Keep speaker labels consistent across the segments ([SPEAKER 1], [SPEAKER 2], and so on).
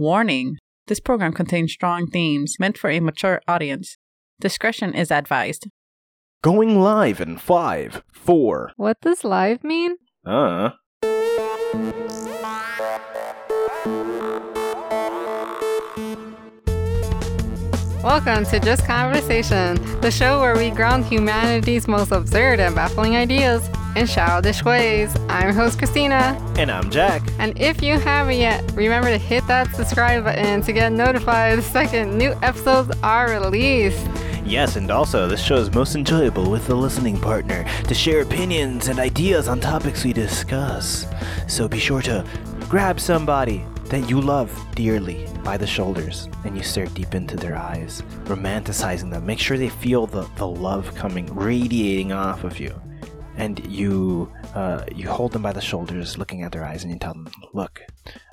[SPEAKER 1] Warning This program contains strong themes meant for a mature audience. Discretion is advised.
[SPEAKER 2] Going live in five, four.
[SPEAKER 3] What does live mean?
[SPEAKER 2] Uh.
[SPEAKER 3] Welcome to Just Conversation, the show where we ground humanity's most absurd and baffling ideas in childish ways. I'm your host Christina,
[SPEAKER 2] And I'm Jack.
[SPEAKER 3] and if you haven't yet, remember to hit that subscribe button to get notified the second new episodes are released.
[SPEAKER 2] Yes, and also, this show is most enjoyable with a listening partner to share opinions and ideas on topics we discuss. So be sure to grab somebody that you love dearly by the shoulders and you stare deep into their eyes, romanticizing them. Make sure they feel the, the love coming, radiating off of you. And you, uh, you hold them by the shoulders, looking at their eyes, and you tell them, "Look,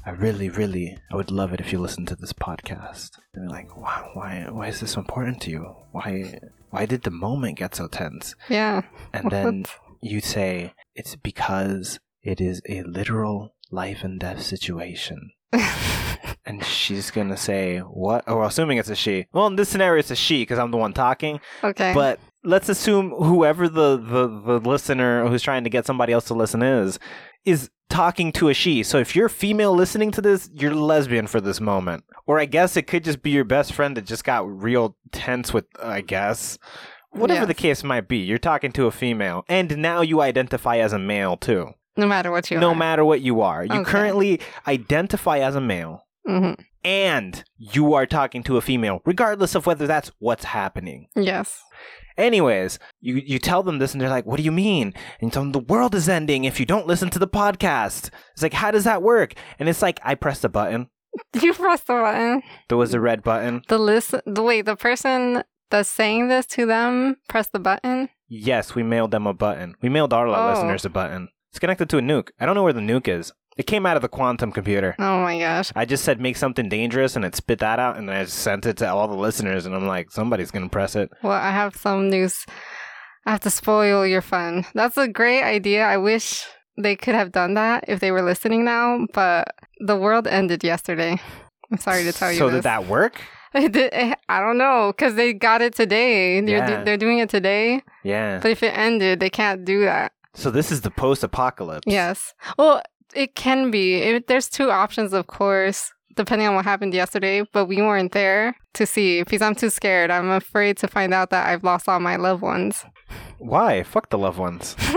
[SPEAKER 2] I really, really, I would love it if you listened to this podcast." And they're like, "Why? Why, why is this important to you? Why? Why did the moment get so tense?"
[SPEAKER 3] Yeah,
[SPEAKER 2] And then you say, "It's because it is a literal life and death situation." and she's gonna say, "What?" Or assuming it's a she. Well, in this scenario, it's a she because I'm the one talking
[SPEAKER 3] okay.
[SPEAKER 2] but let's assume whoever the, the the listener who's trying to get somebody else to listen is is talking to a she so if you're female listening to this you're lesbian for this moment or i guess it could just be your best friend that just got real tense with i guess whatever
[SPEAKER 3] Yes.
[SPEAKER 2] the case might be you're talking to a female and now you identify as a male too
[SPEAKER 3] no matter what you
[SPEAKER 2] no
[SPEAKER 3] are.
[SPEAKER 2] matter what you are you
[SPEAKER 3] Okay.
[SPEAKER 2] currently identify as a male
[SPEAKER 3] Mhm.
[SPEAKER 2] and you are talking to a female regardless of whether that's what's happening
[SPEAKER 3] Yes.
[SPEAKER 2] Anyways, you, you tell them this and they're like, what do you mean? And you tell them the world is ending if you don't listen to the podcast. It's like, how does that work? And it's like, I pressed a button.
[SPEAKER 3] You press the button.
[SPEAKER 2] There was a red button.
[SPEAKER 3] The list. The, wait, the person that's saying this to them press the button.
[SPEAKER 2] Yes, we mailed them a button. We mailed all our
[SPEAKER 3] Oh.
[SPEAKER 2] listeners a button. It's connected to a nuke. I don't know where the nuke is. It came out of the quantum computer.
[SPEAKER 3] Oh my gosh.
[SPEAKER 2] I just said make something dangerous and it spit that out and then I just sent it to all the listeners and I'm like, somebody's gonna press it.
[SPEAKER 3] Well, I have some news. I have to spoil your fun. That's a great idea. I wish they could have done that if they were listening now, but the world ended yesterday. I'm sorry to tell you.
[SPEAKER 2] So
[SPEAKER 3] this.
[SPEAKER 2] did that work?
[SPEAKER 3] It did- I don't know because they got it today. They're,
[SPEAKER 2] Yeah.
[SPEAKER 3] they're doing it today.
[SPEAKER 2] Yeah.
[SPEAKER 3] But if it ended, they can't do that.
[SPEAKER 2] So this is the post apocalypse.
[SPEAKER 3] Yes. Well, it can be. It, there's two options, of course, depending on what happened yesterday, but we weren't there to see because I'm too scared. I'm afraid to find out that I've lost all my loved ones.
[SPEAKER 2] Why? Fuck the loved ones.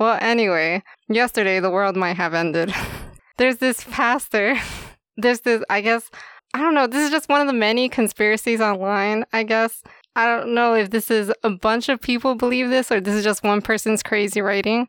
[SPEAKER 3] well, anyway, yesterday the world might have ended. There's this pastor. There's this, I guess, I don't know. This is just one of the many conspiracies online, I guess. I don't know if this is a bunch of people believe this or this is just one person's crazy writing.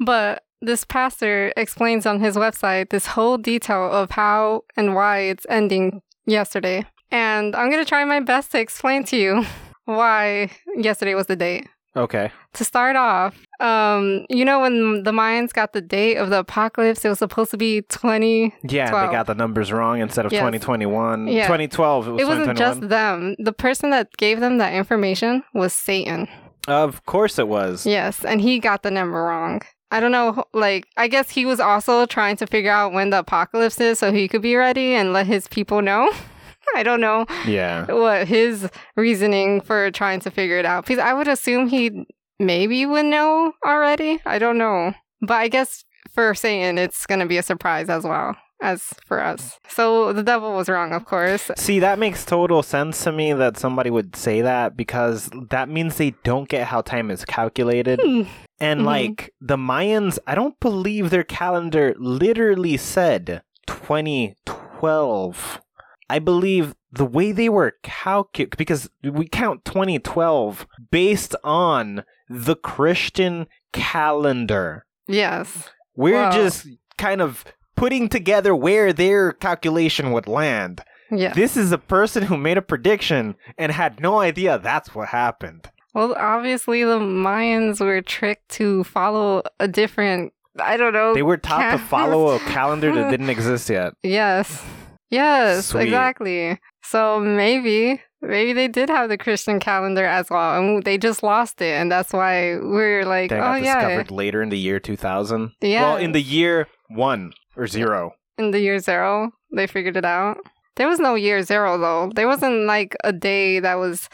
[SPEAKER 3] But this pastor explains on his website this whole detail of how and why it's ending yesterday. And I'm going to try my best to explain to you why yesterday was the date
[SPEAKER 2] Okay.
[SPEAKER 3] to start off, um, you know when the Mayans got the date of the apocalypse, it was supposed to be 20.
[SPEAKER 2] Yeah,
[SPEAKER 3] Twelve.
[SPEAKER 2] they got the numbers wrong instead of
[SPEAKER 3] Yes.
[SPEAKER 2] 2021.
[SPEAKER 3] Yeah.
[SPEAKER 2] 2012, it was
[SPEAKER 3] It wasn't
[SPEAKER 2] 2021.
[SPEAKER 3] just them. The person that gave them that information was Satan.
[SPEAKER 2] Of course it was.
[SPEAKER 3] Yes, and he got the number wrong. I don't know, like, I guess he was also trying to figure out when the apocalypse is so he could be ready and let his people know. I don't know
[SPEAKER 2] Yeah.
[SPEAKER 3] what his reasoning for trying to figure it out. Because I would assume he maybe would know already. I don't know. But I guess for Satan, it's going to be a surprise as well as for us. So the devil was wrong, of course.
[SPEAKER 2] See, that makes total sense to me that somebody would say that because that means they don't get how time is calculated.
[SPEAKER 3] Hmm.
[SPEAKER 2] And
[SPEAKER 3] Mhm.
[SPEAKER 2] like the Mayans, I don't believe their calendar literally said 2012. I believe the way they were calculated, because we count 2012 based on the Christian calendar.
[SPEAKER 3] Yes.
[SPEAKER 2] We're
[SPEAKER 3] Wow.
[SPEAKER 2] just kind of putting together where their calculation would land.
[SPEAKER 3] Yeah.
[SPEAKER 2] This is a person who made a prediction and had no idea that's what happened.
[SPEAKER 3] Well, obviously, the Mayans were tricked to follow a different, I don't know.
[SPEAKER 2] They were taught to
[SPEAKER 3] Yes.
[SPEAKER 2] follow a calendar that didn't exist yet.
[SPEAKER 3] Yes. Yes,
[SPEAKER 2] Sweet.
[SPEAKER 3] exactly. So maybe maybe they did have the Christian calendar as well and they just lost it and that's why we're like,
[SPEAKER 2] That
[SPEAKER 3] oh
[SPEAKER 2] got
[SPEAKER 3] yeah,
[SPEAKER 2] discovered later in the year 2000.
[SPEAKER 3] Yeah.
[SPEAKER 2] Well, in the year one or zero.
[SPEAKER 3] in the year 0. They figured it out. There was no year zero though. There wasn't like a day that was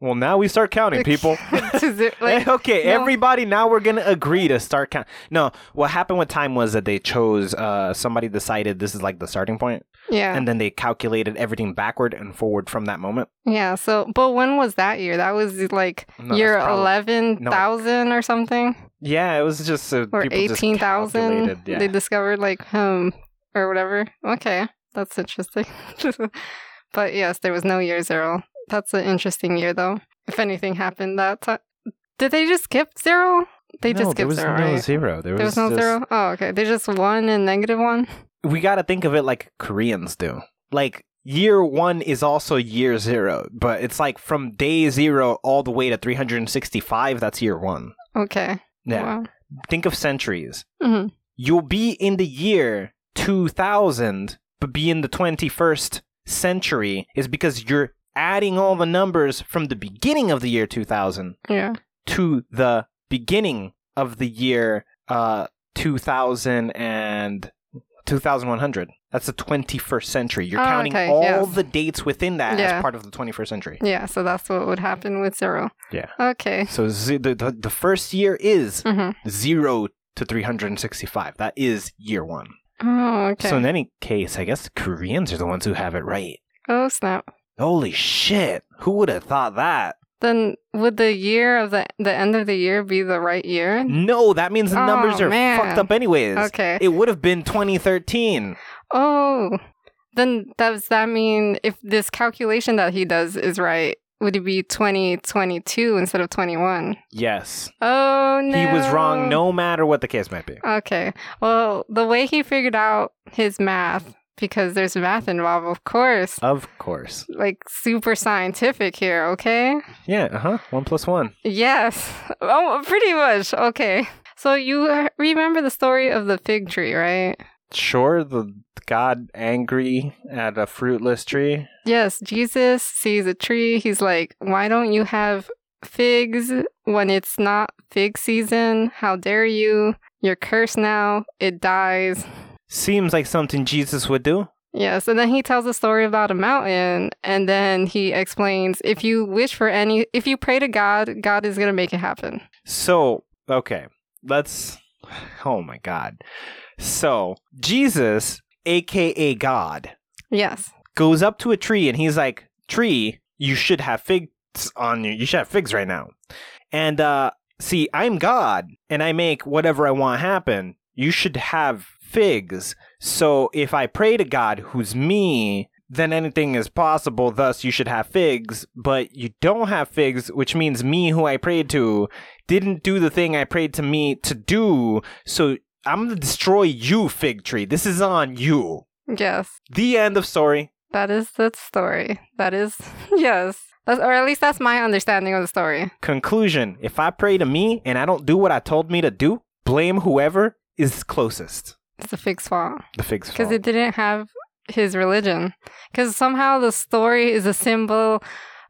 [SPEAKER 2] Well, now we start counting, people.
[SPEAKER 3] to zero. Like,
[SPEAKER 2] Eh, okay,
[SPEAKER 3] no.
[SPEAKER 2] everybody, now we're gonna agree to start count. No, what happened with time was that they chose. Uh, somebody decided this is like the starting point,
[SPEAKER 3] yeah,
[SPEAKER 2] and then they calculated everything backward and forward from that moment.
[SPEAKER 3] yeah. So, but when was that year? That was like
[SPEAKER 2] No, that's
[SPEAKER 3] year
[SPEAKER 2] probably-
[SPEAKER 3] eleven thousand or something,
[SPEAKER 2] Yeah, it was just uh, people
[SPEAKER 3] or
[SPEAKER 2] just
[SPEAKER 3] eighteen thousand.
[SPEAKER 2] calculated, Yeah.
[SPEAKER 3] They discovered like hmm or whatever. Okay, that's interesting. but yes, there was no year zero. That's an interesting year though. If anything happened that time, did they just skip zero? They
[SPEAKER 2] No,
[SPEAKER 3] just
[SPEAKER 2] there
[SPEAKER 3] skipped
[SPEAKER 2] was
[SPEAKER 3] zero,
[SPEAKER 2] no
[SPEAKER 3] right?
[SPEAKER 2] zero. There,
[SPEAKER 3] There was, no
[SPEAKER 2] just-
[SPEAKER 3] zero. Oh, okay. There's just one and negative one.
[SPEAKER 2] We gotta think of it like Koreans do. Like year one is also year zero, but it's like from day zero all the way to 365. That's year one.
[SPEAKER 3] Okay.
[SPEAKER 2] Yeah.
[SPEAKER 3] Wow.
[SPEAKER 2] Think of centuries.
[SPEAKER 3] Mhm.
[SPEAKER 2] You'll be in the year 2000, but be in the 21st century is because you're adding all the numbers from the beginning of the year 2000
[SPEAKER 3] Yeah.
[SPEAKER 2] to the beginning of the year uh 2000 and 2100 that's the 21st century you're
[SPEAKER 3] Oh,
[SPEAKER 2] counting
[SPEAKER 3] okay,
[SPEAKER 2] all
[SPEAKER 3] yeah.
[SPEAKER 2] the dates within that as
[SPEAKER 3] Yeah.
[SPEAKER 2] part of the 21st century
[SPEAKER 3] Yeah. So that's what would happen with zero.
[SPEAKER 2] Yeah.
[SPEAKER 3] Okay.
[SPEAKER 2] so z- the, the, the first year is
[SPEAKER 3] hmm
[SPEAKER 2] 0 to 365 that is year 1
[SPEAKER 3] Oh, okay.
[SPEAKER 2] so in any case i guess koreans are the ones who have it right
[SPEAKER 3] oh, snap.
[SPEAKER 2] holy shit who would have thought that
[SPEAKER 3] Then would the year of the the end of the year be the right year?
[SPEAKER 2] no that means the
[SPEAKER 3] Oh,
[SPEAKER 2] numbers are
[SPEAKER 3] man.
[SPEAKER 2] fucked up anyways
[SPEAKER 3] Okay.
[SPEAKER 2] it would have been 2013
[SPEAKER 3] Oh. Then does that mean if this calculation that he does is right, would it be 2022 instead of 21?
[SPEAKER 2] yes
[SPEAKER 3] Oh no.
[SPEAKER 2] He was wrong no matter what the case might be.
[SPEAKER 3] Okay. Well, the way he figured out his math, because there's math involved, of course.
[SPEAKER 2] Of course.
[SPEAKER 3] Like super scientific here, okay?
[SPEAKER 2] Yeah, uh huh. One plus one.
[SPEAKER 3] Yes. Oh, pretty much. Okay. So you uh, remember the story of the fig tree, right?
[SPEAKER 2] Sure, the god angry at a fruitless tree.
[SPEAKER 3] Yes, Jesus sees a tree. He's like, Why don't you have figs when it's not fig season? How dare you? You're cursed now. It dies.
[SPEAKER 2] Seems like something Jesus would do.
[SPEAKER 3] Yes, and then he tells a story about a mountain, and then he explains if you wish for any, if you pray to God, God is going to make it happen.
[SPEAKER 2] So, okay, let's. Oh my god. So, Jesus, aka God,
[SPEAKER 3] Yes.
[SPEAKER 2] goes up to a tree and he's like, Tree, you should have figs on you. You should have figs right now. And uh see, I'm God and I make whatever I want happen. You should have figs. So if I pray to God who's me, then anything is possible, thus you should have figs, but you don't have figs, which means me who I prayed to didn't do the thing I prayed to me to do, so I'm gonna destroy you, fig tree. This is on you.
[SPEAKER 3] Yes.
[SPEAKER 2] The end of story.
[SPEAKER 3] That is the story. That is, yes. That's, or at least that's my understanding of the story.
[SPEAKER 2] Conclusion If I pray to me and I don't do what I told me to do, blame whoever is closest.
[SPEAKER 3] It's a fig's fault
[SPEAKER 2] The fig's
[SPEAKER 3] because
[SPEAKER 2] fault.
[SPEAKER 3] it didn't have his religion. Because somehow the story is a symbol,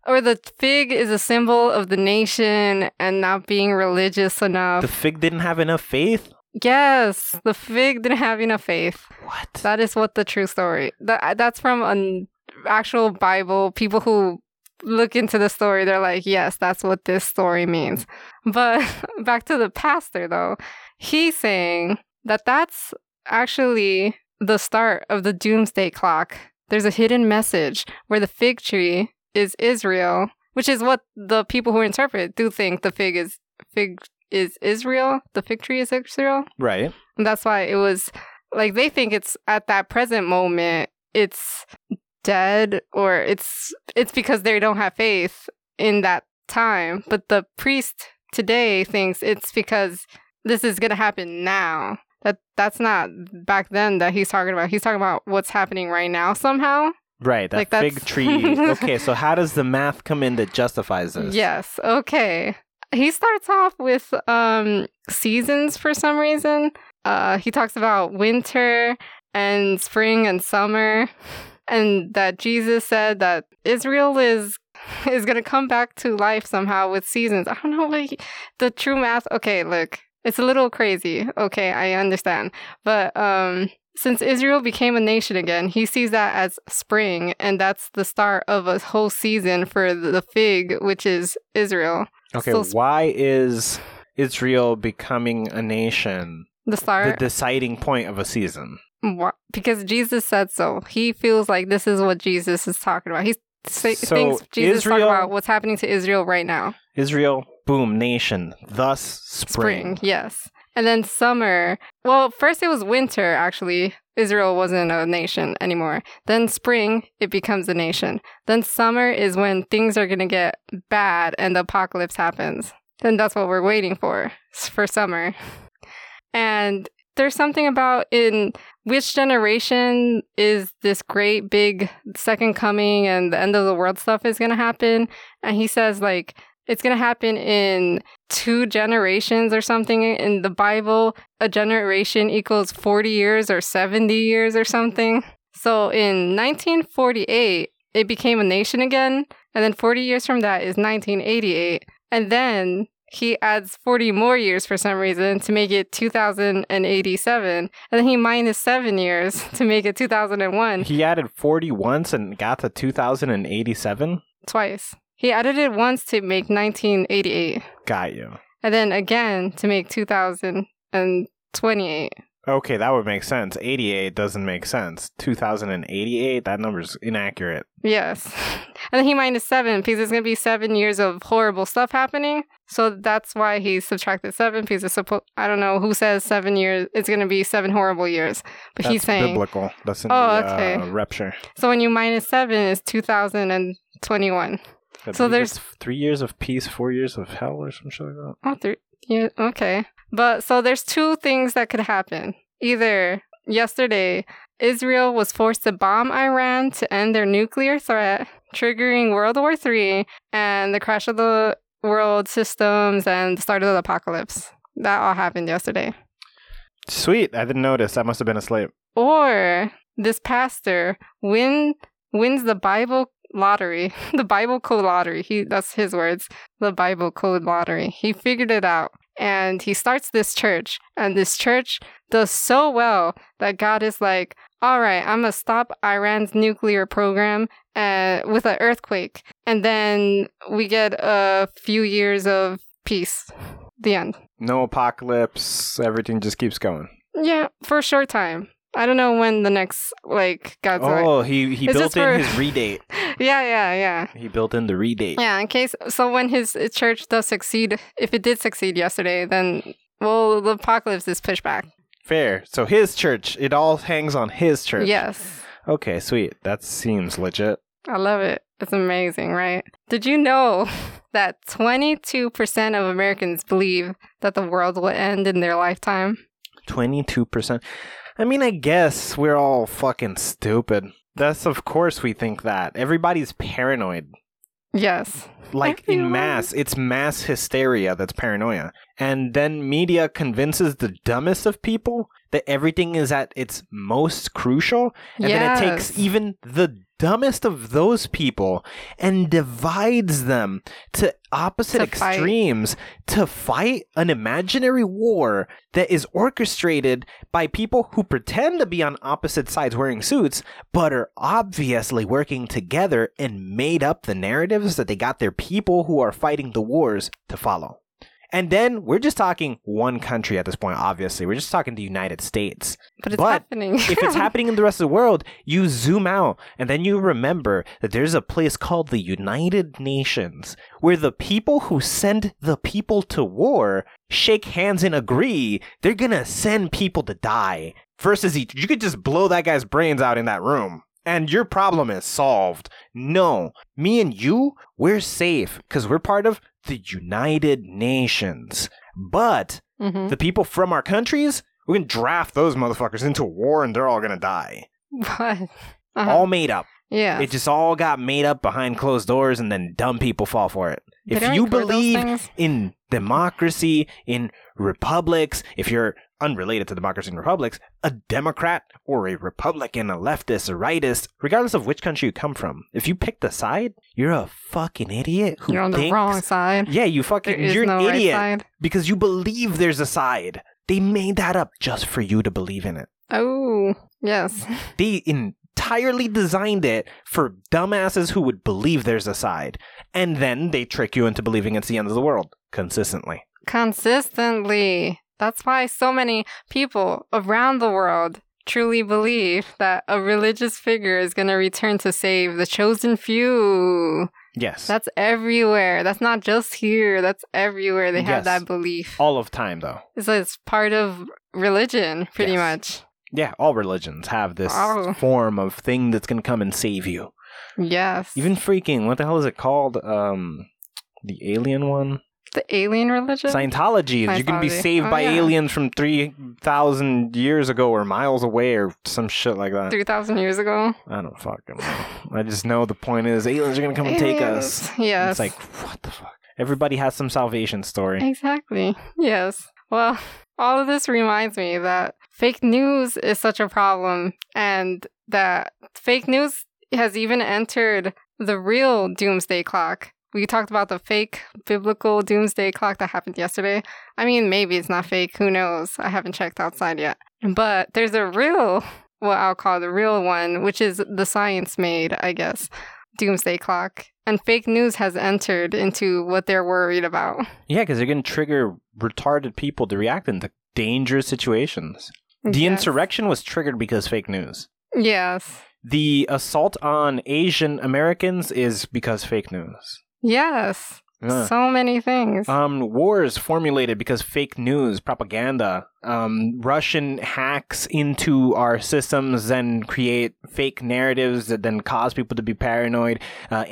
[SPEAKER 3] or the fig is a symbol of the nation and not being religious enough.
[SPEAKER 2] the fig didn't have enough faith?
[SPEAKER 3] yes, the fig didn't have enough faith.
[SPEAKER 2] What?
[SPEAKER 3] That is what the true story. That that's from an actual Bible. People who look into the story, they're like, yes, that's what this story means. But back to the pastor though, he's saying that that's actually the start of the doomsday clock. There's a hidden message where the fig tree is Israel, which is what the people who interpret do think the fig is fig is Israel. The fig tree is Israel.
[SPEAKER 2] Right.
[SPEAKER 3] And that's why it was like they think it's at that present moment it's dead or it's it's because they don't have faith in that time. But the priest today thinks it's because this is gonna happen now. That that's not back then that he's talking about. He's talking about what's happening right now somehow.
[SPEAKER 2] Right. That
[SPEAKER 3] Like, that's-
[SPEAKER 2] fig tree. okay, so how does the math come in that justifies this?
[SPEAKER 3] Yes. Okay. He starts off with um seasons for some reason. Uh he talks about winter and spring and summer and that Jesus said that Israel is is going to come back to life somehow with seasons. I don't know what he- the true math. Okay, look. It's a little crazy. Okay, I understand. But um Since Israel became a nation again, he sees that as spring, and that's the start of a whole season for the fig, which is Israel.
[SPEAKER 2] Okay,
[SPEAKER 3] Still sp-
[SPEAKER 2] why is Israel becoming a nation
[SPEAKER 3] The
[SPEAKER 2] the
[SPEAKER 3] start,
[SPEAKER 2] deciding point of a season?
[SPEAKER 3] Wha- because Jesus said so. He feels like this is what Jesus is talking about. He sa-
[SPEAKER 2] So
[SPEAKER 3] thinks Jesus is talking
[SPEAKER 2] Israel-
[SPEAKER 3] about what's happening to Israel right now.
[SPEAKER 2] Israel, boom, nation, thus spring.
[SPEAKER 3] spring. yes and then summer well first it was winter actually israel wasn't a nation anymore then spring it becomes a nation then summer is when things are going to get bad and the apocalypse happens then that's what we're waiting for s- for summer and there's something about in which generation is this great big second coming and the end of the world stuff is going to happen and he says like it's going to happen in two generations or something in the Bible, a generation equals 40 years or 70 years or something. So in 1948, it became a nation again. And then 40 years from that is 1988. And then he adds 40 more years for some reason to make it 2087. And then he minus seven years to make it 2001
[SPEAKER 2] He added 40 once and got to 2087.
[SPEAKER 3] twice. He added it once to make 1988.
[SPEAKER 2] Got you.
[SPEAKER 3] and then again to make 2028.
[SPEAKER 2] Okay, that would make sense. 88 doesn't make sense. 2088, that number's inaccurate.
[SPEAKER 3] Yes. And then he minus seven because it's going to be seven years of horrible stuff happening. So that's why he subtracted seven because it's suppo- I don't know who says seven years. It's going to be seven horrible years. But
[SPEAKER 2] That's
[SPEAKER 3] he's saying.
[SPEAKER 2] biblical. That's in
[SPEAKER 3] Oh,
[SPEAKER 2] the
[SPEAKER 3] okay.
[SPEAKER 2] uh, rapture.
[SPEAKER 3] So when you minus seven is 2021.
[SPEAKER 2] I
[SPEAKER 3] So
[SPEAKER 2] believe
[SPEAKER 3] there's-
[SPEAKER 2] it's three years of peace, four years of hell, or some shit like that.
[SPEAKER 3] Oh, three. Yeah, okay. But so there's two things that could happen. Either yesterday, Israel was forced to bomb Iran to end their nuclear threat, triggering World War III and the crash of the world systems and the start of the apocalypse. That all happened yesterday.
[SPEAKER 2] Sweet. I didn't notice. I must have been asleep.
[SPEAKER 3] Or this pastor win wins the Bible lottery, the Bible code lottery. He that's his words, the Bible code lottery. He figured it out and he starts this church and this church does so well that God is like, "All right, I'm going to stop Iran's nuclear program uh, with an earthquake." And then we get a few years of peace. The end.
[SPEAKER 2] No apocalypse. Everything just keeps going.
[SPEAKER 3] Yeah, for a short time. I don't know when the next like God's like-
[SPEAKER 4] Oh, he, he
[SPEAKER 3] It's
[SPEAKER 4] built
[SPEAKER 3] just for-
[SPEAKER 4] in his redate.
[SPEAKER 3] yeah, yeah, yeah.
[SPEAKER 4] He built in the redate.
[SPEAKER 3] Yeah, in case so when his church does succeed, if it did succeed yesterday, then well the apocalypse is pushed back.
[SPEAKER 2] Fair. So his church. It all hangs on his church.
[SPEAKER 3] Yes.
[SPEAKER 2] Okay, sweet. That seems legit.
[SPEAKER 3] I love it. It's amazing, right? Did you know that 22% of Americans believe that the world will end in their lifetime?
[SPEAKER 2] 22%. I mean, I guess we're all fucking stupid. That's of course we think that. Everybody's paranoid.
[SPEAKER 3] Yes.
[SPEAKER 2] Like in
[SPEAKER 3] Everyone.
[SPEAKER 2] mass, it's mass hysteria that's paranoia. And then media convinces the dumbest of people that everything is at its most crucial. And then it takes
[SPEAKER 3] Yes.
[SPEAKER 2] even the dumbest of those people and divides them to opposite
[SPEAKER 3] To fight.
[SPEAKER 2] extremes to fight an imaginary war that is orchestrated by people who pretend to be on opposite sides wearing suits, but are obviously working together and made up the narratives that they got their people who are fighting the wars to follow. And then we're just talking one country at this point, obviously. We're just talking the United States
[SPEAKER 3] But it's
[SPEAKER 2] But
[SPEAKER 3] happening.
[SPEAKER 2] if it's happening in the rest of the world, you zoom out and then you remember that there's a place called the United Nations where the people who send the people to war shake hands and agree they're going to send people to die versus each. You could just blow that guy's brains out in that room and your problem is solved. No, me and you, we're safe because we're part of the United Nations. But
[SPEAKER 3] hmm
[SPEAKER 2] the people from our countries, we can draft those motherfuckers into a war and they're all gonna die.
[SPEAKER 3] What? Uh-huh.
[SPEAKER 2] All made up.
[SPEAKER 3] yeah.
[SPEAKER 2] It just all got made up behind closed doors and then dumb people fall for it.
[SPEAKER 3] They
[SPEAKER 2] if
[SPEAKER 3] don't
[SPEAKER 2] you
[SPEAKER 3] include those
[SPEAKER 2] believe
[SPEAKER 3] things.
[SPEAKER 2] in democracy, in republics, if you're unrelated to democracy and republics, a Democrat or a Republican, a leftist, a rightist, regardless of which country you come from, if you pick the side, you're a fucking idiot who
[SPEAKER 3] you're on the
[SPEAKER 2] thinks
[SPEAKER 3] wrong side.
[SPEAKER 2] yeah, you
[SPEAKER 3] There
[SPEAKER 2] fucking
[SPEAKER 3] is
[SPEAKER 2] you're
[SPEAKER 3] no
[SPEAKER 2] an
[SPEAKER 3] right
[SPEAKER 2] idiot
[SPEAKER 3] side.
[SPEAKER 2] because you believe there's a side They made that up just for you to believe in it.
[SPEAKER 3] Oh, yes.
[SPEAKER 2] They entirely designed it for dumbasses who would believe there's a side. And then they trick you into believing it's the end of the world consistently.
[SPEAKER 3] Consistently. That's why so many people around the world truly believe that a religious figure is going to return to save the chosen few.
[SPEAKER 2] Yes.
[SPEAKER 3] That's everywhere. That's not just here. That's everywhere. They
[SPEAKER 2] Yes.
[SPEAKER 3] have that belief.
[SPEAKER 2] all of time, though.
[SPEAKER 3] So it's part of religion, pretty
[SPEAKER 2] Yes. Yeah, all religions have this
[SPEAKER 3] Oh.
[SPEAKER 2] form of thing that's going to come and save you.
[SPEAKER 3] much. Yes.
[SPEAKER 2] Even freaking, what the hell is it called? Um, the alien one?
[SPEAKER 3] the alien religion?
[SPEAKER 2] Scientology. You can be
[SPEAKER 3] Scientology.
[SPEAKER 2] saved
[SPEAKER 3] Oh,
[SPEAKER 2] by
[SPEAKER 3] yeah.
[SPEAKER 2] aliens from 3,000 years ago or miles away or some shit like that.
[SPEAKER 3] 3,000 years ago.
[SPEAKER 2] I don't fucking know. I just know the point is aliens are going to come and take us.
[SPEAKER 3] Aliens. Yes.
[SPEAKER 2] It's like, what the fuck? Everybody has some salvation story.
[SPEAKER 3] Exactly. Yes. Well, all of this reminds me that fake news is such a problem and that fake news has even entered the real doomsday clock. We talked about the fake biblical doomsday clock that happened yesterday. I mean, maybe it's not fake. Who knows? I haven't checked outside yet. But there's a real, what I'll call the real one, which is the science made, I guess, doomsday clock. And fake news has entered into what they're worried about.
[SPEAKER 2] Yeah, because they're going to trigger retarded people to react into dangerous situations. The
[SPEAKER 3] Yes.
[SPEAKER 2] insurrection was triggered because fake news.
[SPEAKER 3] Yes.
[SPEAKER 2] The assault on Asian Americans is because fake news.
[SPEAKER 3] Yes.
[SPEAKER 2] Yeah.
[SPEAKER 3] So many things.
[SPEAKER 2] Um, wars formulated because fake news, propaganda. Um, Russian hacks into our systems and create fake narratives that then cause people to be paranoid. Uh,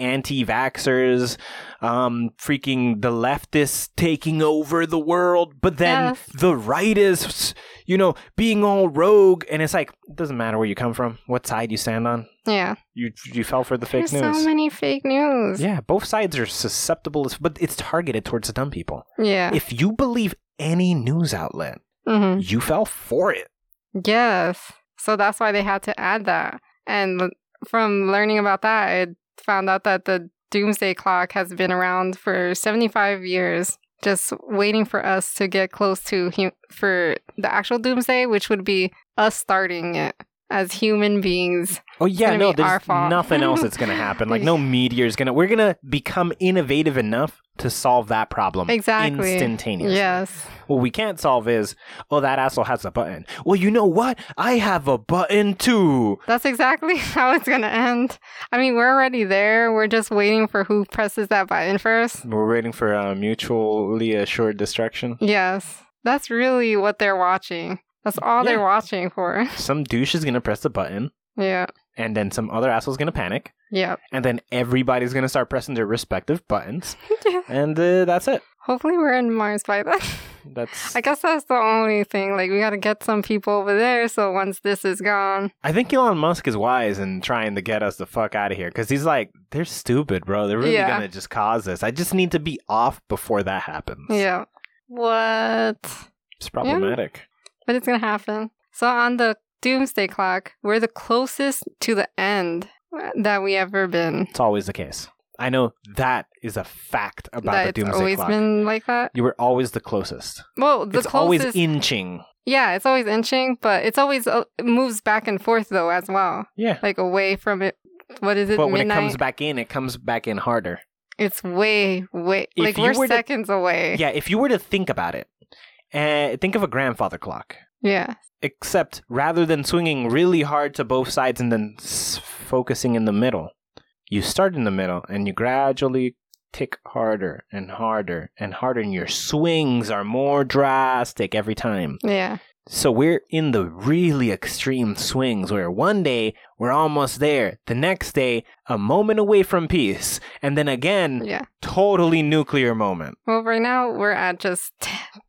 [SPEAKER 2] anti-vaxxers, um, freaking the leftists taking over the world, but then
[SPEAKER 3] Yes.
[SPEAKER 2] the rightists, you know, being all rogue. And it's like, it doesn't matter where you come from, what side you stand on.
[SPEAKER 3] yeah.
[SPEAKER 2] You you fell for the fake
[SPEAKER 3] There's
[SPEAKER 2] news.
[SPEAKER 3] so many fake news.
[SPEAKER 2] yeah, both sides are susceptible, as, but it's targeted towards the dumb people.
[SPEAKER 3] Yeah.
[SPEAKER 2] If you believe any news outlet,
[SPEAKER 3] hmm
[SPEAKER 2] you fell for it.
[SPEAKER 3] Yes. So that's why they had to add that. And l- from learning about that, I found out that the doomsday clock has been around for 75 years, just waiting for us to get close to hu- for the actual doomsday, which would be us starting it as human beings.
[SPEAKER 2] Oh yeah,
[SPEAKER 3] gonna
[SPEAKER 2] no,
[SPEAKER 3] be our
[SPEAKER 2] there's
[SPEAKER 3] fault.
[SPEAKER 2] nothing else that's gonna happen. Like no meteor is gonna. We're gonna become innovative enough to solve that problem
[SPEAKER 3] Exactly.
[SPEAKER 2] instantaneously.
[SPEAKER 3] Yes.
[SPEAKER 2] What we can't solve is, oh, that asshole has a button. Well, you know what? I have a button too.
[SPEAKER 3] That's exactly how it's going to end. I mean, we're already there. We're just waiting for who presses that button first.
[SPEAKER 2] We're waiting for uh, mutually assured destruction.
[SPEAKER 3] Yes. That's really what they're watching. That's all they're
[SPEAKER 2] Yeah.
[SPEAKER 3] watching for.
[SPEAKER 2] Some douche is gonna press the button,
[SPEAKER 3] Yeah.
[SPEAKER 2] and then some other asshole's gonna panic,
[SPEAKER 3] Yeah.
[SPEAKER 2] and then everybody's gonna start pressing their respective buttons, and uh, that's it.
[SPEAKER 3] Hopefully, we're in Mars by then.
[SPEAKER 2] That's
[SPEAKER 3] I guess that's the only thing. Like, we got to get some people over there. So once this is gone,
[SPEAKER 2] I think Elon Musk is wise in trying to get us the fuck out of here because he's like, they're stupid, bro. They're really
[SPEAKER 3] Yeah.
[SPEAKER 2] gonna just cause this. I just need to be off before that happens.
[SPEAKER 3] yeah. What?
[SPEAKER 2] it's problematic.
[SPEAKER 3] But it's going to happen. So on the doomsday clock, we're the closest to the end that we ever been.
[SPEAKER 2] It's always the case. I know that is a fact about
[SPEAKER 3] that
[SPEAKER 2] the
[SPEAKER 3] it's
[SPEAKER 2] doomsday
[SPEAKER 3] always
[SPEAKER 2] clock.
[SPEAKER 3] been like that.
[SPEAKER 2] You were always the closest.
[SPEAKER 3] Well, the
[SPEAKER 2] it's
[SPEAKER 3] closest,
[SPEAKER 2] always inching.
[SPEAKER 3] yeah, it's always inching, but it's always uh, it moves back and forth though as well,
[SPEAKER 2] Yeah.
[SPEAKER 3] like away from it. What is it?
[SPEAKER 2] But when
[SPEAKER 3] midnight.
[SPEAKER 2] it comes back in, it comes back in harder.
[SPEAKER 3] it's way, way
[SPEAKER 2] If
[SPEAKER 3] like
[SPEAKER 2] you
[SPEAKER 3] we're
[SPEAKER 2] were to-
[SPEAKER 3] seconds away.
[SPEAKER 2] Yeah, if you were to think about it, uh, think of a grandfather clock.
[SPEAKER 3] yeah,
[SPEAKER 2] except rather than swinging really hard to both sides and then s- focusing in the middle, you start in the middle and you gradually tick harder and harder and harder, and your swings are more drastic every time.
[SPEAKER 3] yeah,
[SPEAKER 2] So we're in the really extreme swings where one day we're almost there, the next day, a moment away from peace, and then again,
[SPEAKER 3] yeah.
[SPEAKER 2] totally nuclear moment.
[SPEAKER 3] Well, right now we're at just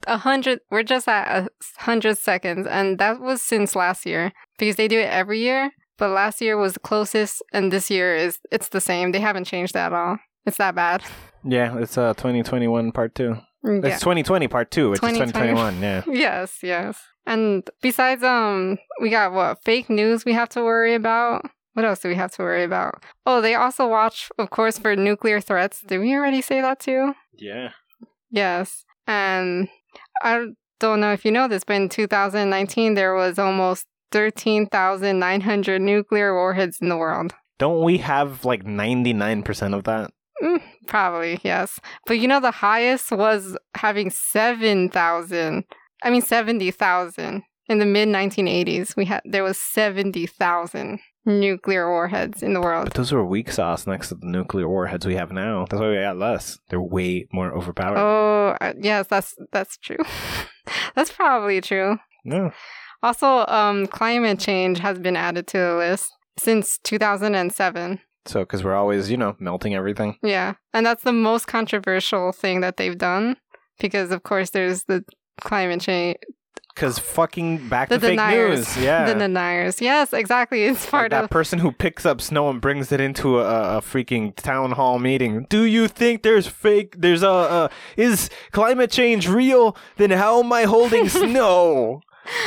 [SPEAKER 3] a hundred. We're just at a hundred seconds, and that was since last year because they do it every year. But last year was the closest, and this year is it's the same. They haven't changed that at all. It's that bad.
[SPEAKER 2] Yeah, it's uh, 2021 part two.
[SPEAKER 3] Yeah.
[SPEAKER 2] It's 2020 part two, which
[SPEAKER 3] 2020.
[SPEAKER 2] is 2021, yeah.
[SPEAKER 3] Yes, yes. And besides, um, we got what fake news we have to worry about. What else do we have to worry about? Oh, they also watch, of course, for nuclear threats. Did we already say that too?
[SPEAKER 2] Yeah.
[SPEAKER 3] Yes. And I don't know if you know this, but in 2019, there was almost 13,900 nuclear warheads in the world.
[SPEAKER 2] Don't we have like 99% of that?
[SPEAKER 3] Mm, probably, yes. But you know, the highest was having 7,000. I mean, 70,000. In the mid 1980s, we had there was 70,000 nuclear warheads in the world.
[SPEAKER 2] But those were weak sauce next to the nuclear warheads we have now. That's why we got less. They're way more overpowered.
[SPEAKER 3] Oh, uh, yes, that's that's true. that's probably true.
[SPEAKER 2] Yeah.
[SPEAKER 3] Also, um, climate change has been added to the list since 2007.
[SPEAKER 2] So, because we're always, you know, melting everything.
[SPEAKER 3] Yeah. And that's the most controversial thing that they've done because, of course, there's the climate change.
[SPEAKER 2] Because fucking back
[SPEAKER 3] The
[SPEAKER 2] to fake
[SPEAKER 3] deniers.
[SPEAKER 2] news. Yeah.
[SPEAKER 3] The deniers. Yes, exactly. It's
[SPEAKER 2] Like
[SPEAKER 3] part
[SPEAKER 2] that
[SPEAKER 3] of.
[SPEAKER 2] person who picks up snow and brings it into a, a freaking town hall meeting. Do you think there's fake? There's a, a is climate change real? Then how am I holding snow?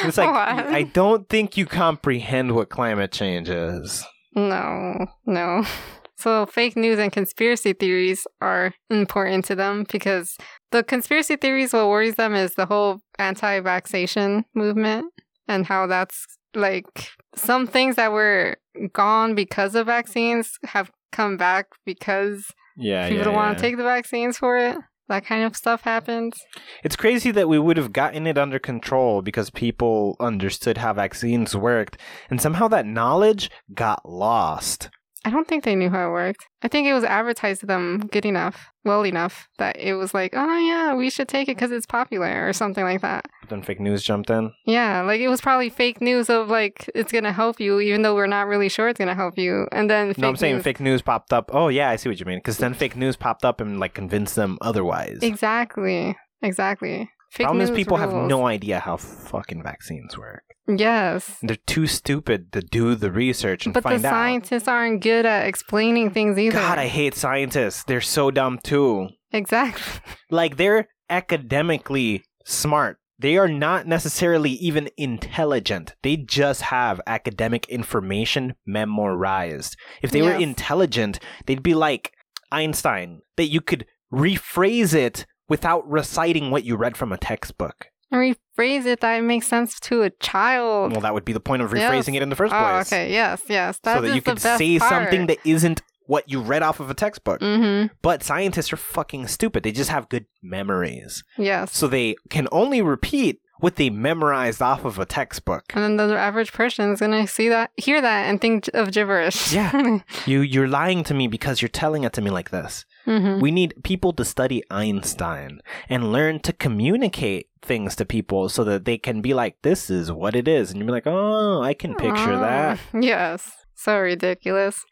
[SPEAKER 2] It's like
[SPEAKER 3] What?
[SPEAKER 2] I don't think you comprehend what climate change is.
[SPEAKER 3] No, no. So, fake news and conspiracy theories are important to them because the conspiracy theories, what worries them is the whole anti vaxxation movement and how that's like some things that were gone because of vaccines have come back because
[SPEAKER 2] Yeah,
[SPEAKER 3] people don't want to take the vaccines for it. That kind of stuff happens.
[SPEAKER 2] It's crazy that we would have gotten it under control because people understood how vaccines worked, and somehow that knowledge got lost.
[SPEAKER 3] I don't think they knew how it worked. I think it was advertised to them good enough, well enough, that it was like, oh yeah, we should take it because it's popular or something like that.
[SPEAKER 2] But then fake news jumped in.
[SPEAKER 3] Yeah, like it was probably fake news of like, it's going to help you, even though we're not really sure it's going to help you. And then fake
[SPEAKER 2] no, I'm saying
[SPEAKER 3] news-
[SPEAKER 2] fake news popped up. Oh yeah, I see what you mean. Because then fake news popped up and like convinced them otherwise.
[SPEAKER 3] Exactly. Exactly. Fake
[SPEAKER 2] Problem is,
[SPEAKER 3] news
[SPEAKER 2] people have
[SPEAKER 3] rules.
[SPEAKER 2] no idea how fucking vaccines work.
[SPEAKER 3] Yes.
[SPEAKER 2] They're too stupid to do the research and
[SPEAKER 3] But the
[SPEAKER 2] find out.
[SPEAKER 3] scientists aren't good at explaining things either.
[SPEAKER 2] God, I hate scientists. They're so dumb too.
[SPEAKER 3] Exactly.
[SPEAKER 2] like they're academically smart. They are not necessarily even intelligent. They just have academic information memorized. If they were
[SPEAKER 3] Yes.
[SPEAKER 2] intelligent, they'd be like Einstein, that you could rephrase it without reciting what you read from a textbook.
[SPEAKER 3] rephrase it that it makes sense to a child.
[SPEAKER 2] Well, that would be the point of
[SPEAKER 3] Oh. Yes.
[SPEAKER 2] rephrasing it in the first
[SPEAKER 3] Oh,
[SPEAKER 2] place.
[SPEAKER 3] okay. Yes, yes. That
[SPEAKER 2] So
[SPEAKER 3] is
[SPEAKER 2] that you
[SPEAKER 3] the
[SPEAKER 2] could
[SPEAKER 3] best
[SPEAKER 2] say
[SPEAKER 3] part.
[SPEAKER 2] something that isn't what you read off of a textbook.
[SPEAKER 3] Mm-hmm.
[SPEAKER 2] But scientists are fucking stupid. They just have good memories.
[SPEAKER 3] Yes.
[SPEAKER 2] so they can only repeat what they memorized off of a textbook.
[SPEAKER 3] And then the average person is gonna see that, hear that, and think of gibberish.
[SPEAKER 2] Yeah. You you're lying to me because you're telling it to me like this.
[SPEAKER 3] hmm
[SPEAKER 2] We need people to study Einstein and learn to communicate things to people so that they can be like this is what it is and you'll be like, "Oh, I can picture that."
[SPEAKER 3] Yes. So ridiculous.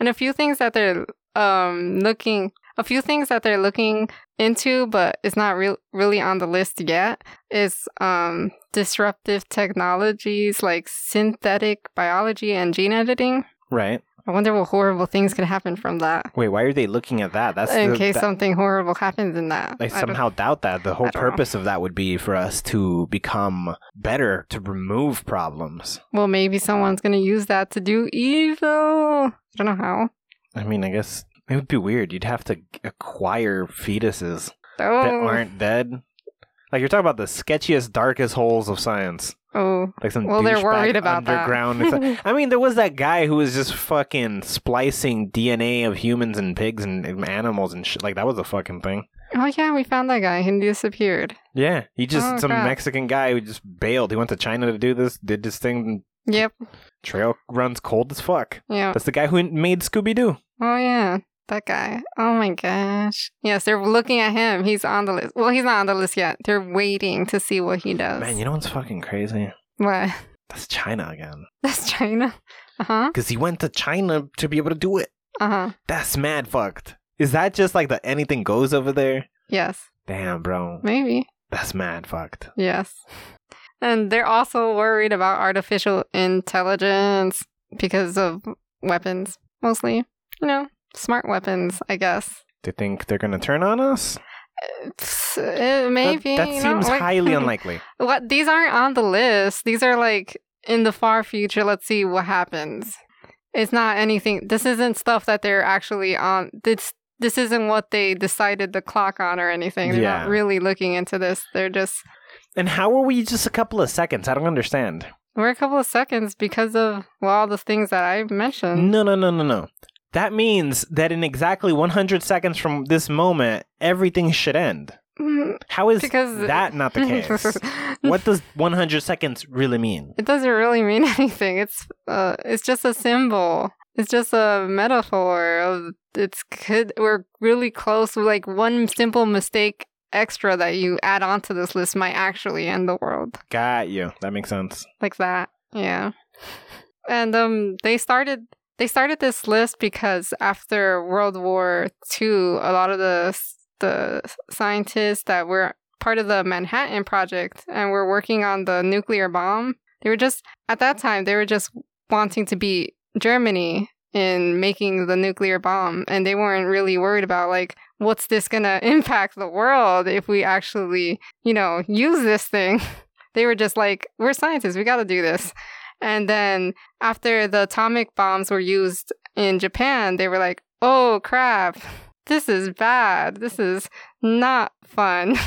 [SPEAKER 3] And a few things that they're um looking, a few things that they're looking into, but it's not real really on the list yet. Is um disruptive technologies like synthetic biology and gene editing.
[SPEAKER 2] Right.
[SPEAKER 3] I wonder what horrible things could happen from that.
[SPEAKER 2] Wait, why are they looking at that? That's
[SPEAKER 3] in
[SPEAKER 2] the,
[SPEAKER 3] case
[SPEAKER 2] that-
[SPEAKER 3] something horrible happens in that.
[SPEAKER 2] I
[SPEAKER 3] don't-
[SPEAKER 2] somehow doubt that. The whole
[SPEAKER 3] I don't know.
[SPEAKER 2] purpose of that would be for us to become better, to remove problems.
[SPEAKER 3] well, maybe someone's gonna use that to do evil. I don't know how.
[SPEAKER 2] I mean, I guess it would be weird. You'd have to acquire fetuses
[SPEAKER 3] Oh,
[SPEAKER 2] that aren't dead. Like you're talking about the sketchiest, darkest holes of science.
[SPEAKER 3] oh.
[SPEAKER 2] Like some
[SPEAKER 3] Well, they're
[SPEAKER 2] douchebag
[SPEAKER 3] worried about that.
[SPEAKER 2] underground. it's like- I mean, there was that guy who was just fucking splicing DNA of humans and pigs and, and animals and shit. Like that was a fucking thing.
[SPEAKER 3] Oh yeah, we found that guy. He disappeared.
[SPEAKER 2] Yeah, he just
[SPEAKER 3] Oh,
[SPEAKER 2] some
[SPEAKER 3] crap.
[SPEAKER 2] Mexican guy who just bailed. He went to China to do this, did this thing.
[SPEAKER 3] Yep.
[SPEAKER 2] Trail runs cold as fuck.
[SPEAKER 3] Yeah.
[SPEAKER 2] That's the guy who made Scooby Doo.
[SPEAKER 3] Oh yeah. That guy. Oh my gosh. Yes, they're looking at him. He's on the list. Well, he's not on the list yet. They're waiting to see what he does.
[SPEAKER 2] Man, you know what's fucking crazy?
[SPEAKER 3] what?
[SPEAKER 2] That's China again.
[SPEAKER 3] That's China. Uh huh.
[SPEAKER 2] Because he went to China to be able to do it.
[SPEAKER 3] Uh huh.
[SPEAKER 2] That's mad fucked. Is that just like the anything goes over there?
[SPEAKER 3] Yes.
[SPEAKER 2] Damn, bro.
[SPEAKER 3] Maybe.
[SPEAKER 2] That's mad fucked.
[SPEAKER 3] Yes. And they're also worried about artificial intelligence because of weapons, mostly. You know, smart weapons, I guess.
[SPEAKER 2] They think they're gonna turn on us?
[SPEAKER 3] It's- uh, maybe.
[SPEAKER 2] That, that
[SPEAKER 3] you know,
[SPEAKER 2] seems
[SPEAKER 3] like-
[SPEAKER 2] highly unlikely.
[SPEAKER 3] What these aren't on the list. These are like in the far future. Let's see what happens. It's not anything. This isn't stuff that they're actually on. This this isn't what they decided the clock on or anything. They're
[SPEAKER 2] Yeah.
[SPEAKER 3] not really looking into this. They're just
[SPEAKER 2] And how are we just a couple of seconds? I don't understand.
[SPEAKER 3] We're a couple of seconds because of well, all the things that I mentioned.
[SPEAKER 2] No, no, no, no, no. That means that in exactly 100 seconds from this moment, everything should end.
[SPEAKER 3] Mm,
[SPEAKER 2] How is
[SPEAKER 3] Because-
[SPEAKER 2] that not the case? what does 100 seconds really mean?
[SPEAKER 3] It doesn't really mean anything. It's uh, it's just a symbol. It's just a metaphor of it's could we're really close. Like one simple mistake extra that you add onto this list might actually end the world.
[SPEAKER 2] Got you. That makes sense.
[SPEAKER 3] like that. Yeah. And um they started they started this list because after World War II, a lot of the the scientists that were part of the Manhattan project and were working on the nuclear bomb, they were just at that time they were just wanting to beat Germany in making the nuclear bomb and they weren't really worried about like what's this going to impact the world if we actually, you know, use this thing they were just like, we're scientists, we got to do this. And then after the atomic bombs were used in Japan, they were like, oh crap, this is bad. This is not fun.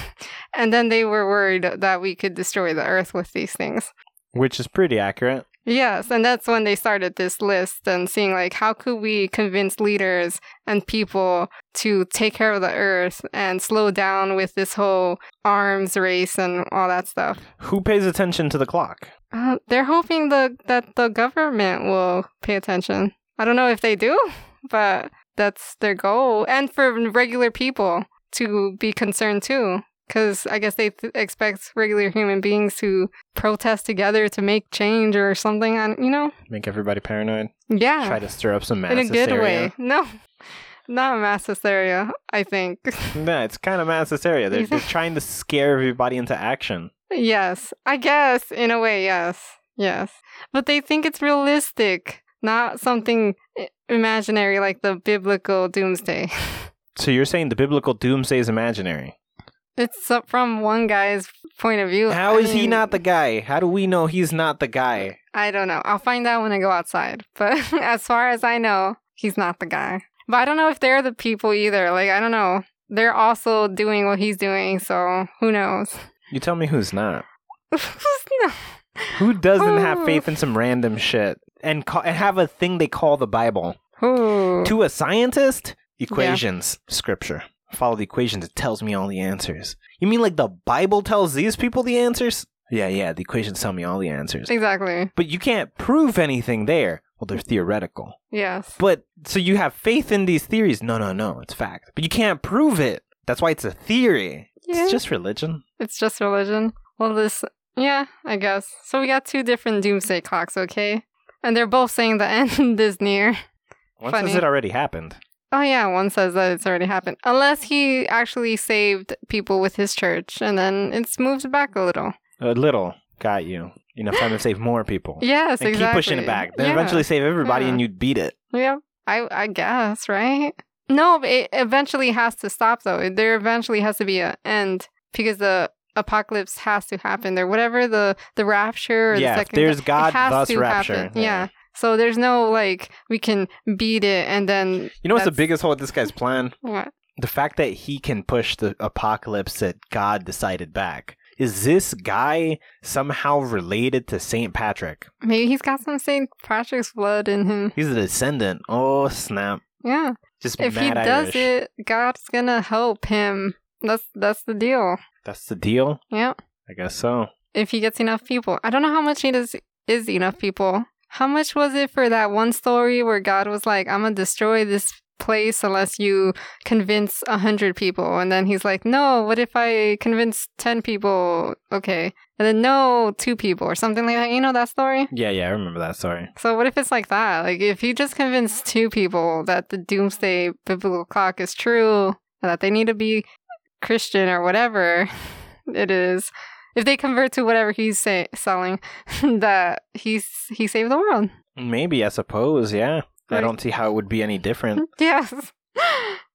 [SPEAKER 3] And then they were worried that we could destroy the earth with these things.
[SPEAKER 2] Which is pretty accurate.
[SPEAKER 3] Yes, and that's when they started this list and seeing like how could we convince leaders and people to take care of the earth and slow down with this whole arms race and all that stuff.
[SPEAKER 2] Who pays attention to the clock?
[SPEAKER 3] Uh, they're hoping the that the government will pay attention. I don't know if they do, but that's their goal, and for regular people to be concerned too, because I guess they th- expect regular human beings to protest together to make change or something. And you know,
[SPEAKER 2] Make everybody paranoid.
[SPEAKER 3] yeah,
[SPEAKER 2] Try to stir up some mass
[SPEAKER 3] in a good
[SPEAKER 2] hysteria.
[SPEAKER 3] way. No, not mass hysteria. I think
[SPEAKER 2] No, it's kind of mass hysteria. They're, they're trying to scare everybody into action.
[SPEAKER 3] Yes, I guess in a way, yes, yes. But they think it's realistic, not something i- imaginary like the biblical doomsday.
[SPEAKER 2] So you're saying the biblical doomsday is imaginary?
[SPEAKER 3] It's so- from one guy's point of view.
[SPEAKER 2] How
[SPEAKER 3] I
[SPEAKER 2] is he
[SPEAKER 3] mean,
[SPEAKER 2] not the guy? How do we know he's not the guy?
[SPEAKER 3] I don't know. I'll find out when I go outside. But as far as I know, he's not the guy. But I don't know if they're the people either. Like I don't know. They're also doing what he's doing, so who knows?
[SPEAKER 2] You tell me who's not.
[SPEAKER 3] No.
[SPEAKER 2] Who doesn't have
[SPEAKER 3] Oh.
[SPEAKER 2] faith in some random shit and ca- and have a thing they call the Bible?
[SPEAKER 3] Who?
[SPEAKER 2] To a scientist, equations, scripture. Follow the equations; it tells me all the answers. You mean like the Bible tells these people the answers? Yeah, yeah, the equations tell me all the answers.
[SPEAKER 3] Exactly.
[SPEAKER 2] But you can't prove anything there. Well, they're theoretical.
[SPEAKER 3] Yes.
[SPEAKER 2] But so you have faith in these theories? No, no, no, it's fact. But you can't prove it. That's why it's a theory.
[SPEAKER 3] Yeah.
[SPEAKER 2] It's just religion.
[SPEAKER 3] It's just religion. Well, this, yeah, I guess. So we got two different doomsday clocks, okay? And they're both saying the end is near.
[SPEAKER 2] Once
[SPEAKER 3] Funny.
[SPEAKER 2] has it already happened?
[SPEAKER 3] Oh, yeah, one says that it's already happened. Unless he actually saved people with his church, and then it's moved back a little.
[SPEAKER 2] A little got you. Enough time to save more people.
[SPEAKER 3] Yes,
[SPEAKER 2] and
[SPEAKER 3] exactly.
[SPEAKER 2] keep pushing it back. Then
[SPEAKER 3] Yeah.
[SPEAKER 2] eventually save everybody
[SPEAKER 3] Yeah.
[SPEAKER 2] and you'd beat it.
[SPEAKER 3] Yeah, I, I guess, right? No, but it eventually has to stop, though. There eventually has to be an end because the apocalypse has to happen or whatever the the rapture or
[SPEAKER 2] Yeah,
[SPEAKER 3] the
[SPEAKER 2] if
[SPEAKER 3] second
[SPEAKER 2] there's God,
[SPEAKER 3] it has
[SPEAKER 2] thus
[SPEAKER 3] to
[SPEAKER 2] rapture.
[SPEAKER 3] happen.
[SPEAKER 2] Yeah.
[SPEAKER 3] Yeah. So there's no like we can beat it and then
[SPEAKER 2] You know what's
[SPEAKER 3] That's-
[SPEAKER 2] the biggest hole with this guy's plan?
[SPEAKER 3] what?
[SPEAKER 2] The fact that he can push the apocalypse that God decided back. Is this guy somehow related to Saint Patrick?
[SPEAKER 3] Maybe he's got some Saint Patrick's blood in him.
[SPEAKER 2] He's a descendant. Oh snap!
[SPEAKER 3] Yeah.
[SPEAKER 2] Just
[SPEAKER 3] If he
[SPEAKER 2] mad Irish.
[SPEAKER 3] does it, God's gonna help him. That's that's the deal.
[SPEAKER 2] That's the deal.
[SPEAKER 3] Yeah.
[SPEAKER 2] I guess so.
[SPEAKER 3] if he gets enough people. I don't know how much he does is enough people. How much was it for that one story where God was like, "I'm gonna destroy this place unless you convince a hundred people," and then he's like, "No, what if I convince ten people? Okay, and then no, two people or something like that." You know that story.
[SPEAKER 2] Yeah, yeah, I remember that. Sorry.
[SPEAKER 3] So what if it's like that? Like if he just convinced two people that the doomsday biblical clock is true and that they need to be Christian or whatever it is, if they convert to whatever he's say- selling, that he's he saved the world.
[SPEAKER 2] Maybe I suppose. Yeah. I
[SPEAKER 3] Right.
[SPEAKER 2] don't see how it would be any different.
[SPEAKER 3] Yes,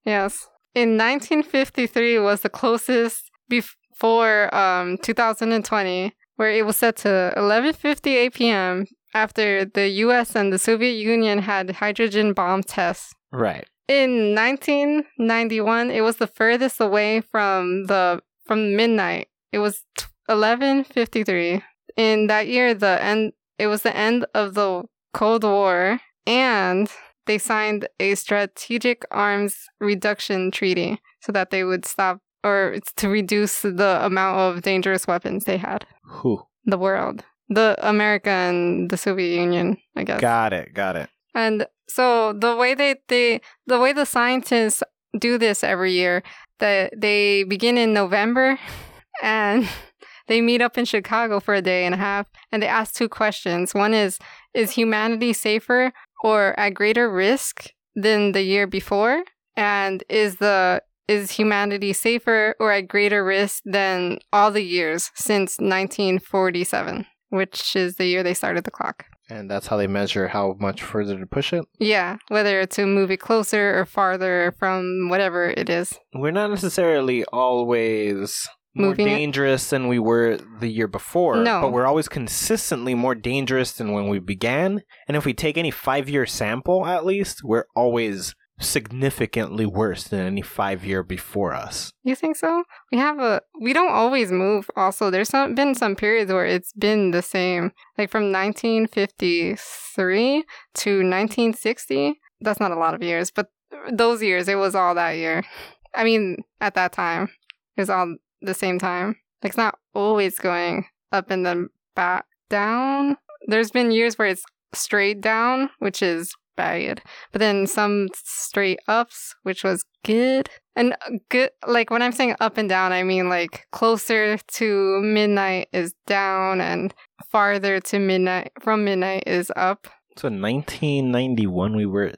[SPEAKER 3] yes. In 1953 was the closest before um 2020, where it was set to 11:58 p.m. after the U.S. and the Soviet Union had hydrogen bomb tests.
[SPEAKER 2] right.
[SPEAKER 3] In 1991, it was the furthest away from the from midnight. It was t- 1153. In that year, the end it was the end of the Cold War, and they signed a strategic arms reduction treaty so that they would stop or it's to reduce the amount of dangerous weapons they had.
[SPEAKER 2] Whew.
[SPEAKER 3] The world, the America and the Soviet Union, I guess.
[SPEAKER 2] Got it. Got it.
[SPEAKER 3] And so the way they, they the way the scientists do this every year, that they begin in November and they meet up in Chicago for a day and a half and they ask two questions. One is is humanity safer or at greater risk than the year before? And is the is humanity safer or at greater risk than all the years since 1947, which is the year they started the clock?
[SPEAKER 2] And that's how they measure how much further to push it.
[SPEAKER 3] Yeah, whether to move it closer or farther from whatever it is.
[SPEAKER 2] We're not necessarily always
[SPEAKER 3] Moving it?
[SPEAKER 2] more dangerous than we were the year before,
[SPEAKER 3] No.
[SPEAKER 2] but we're always consistently more dangerous than when we began. And if we take any five year sample, at least, we're always significantly worse than any five year before us.
[SPEAKER 3] You think so? We have a we don't always move. Also, there's some, been some periods where it's been the same, like from 1953 to 1960. That's not a lot of years, but those years it was all that year. I mean, at that time, it was all the same time. Like it's not always going up and then back down. There's been years where it's straight down, which is bad, but then some straight ups, which was good. And good like when i'm saying up and down i mean like closer to midnight is down and farther to midnight from midnight is up
[SPEAKER 2] So 1991, we were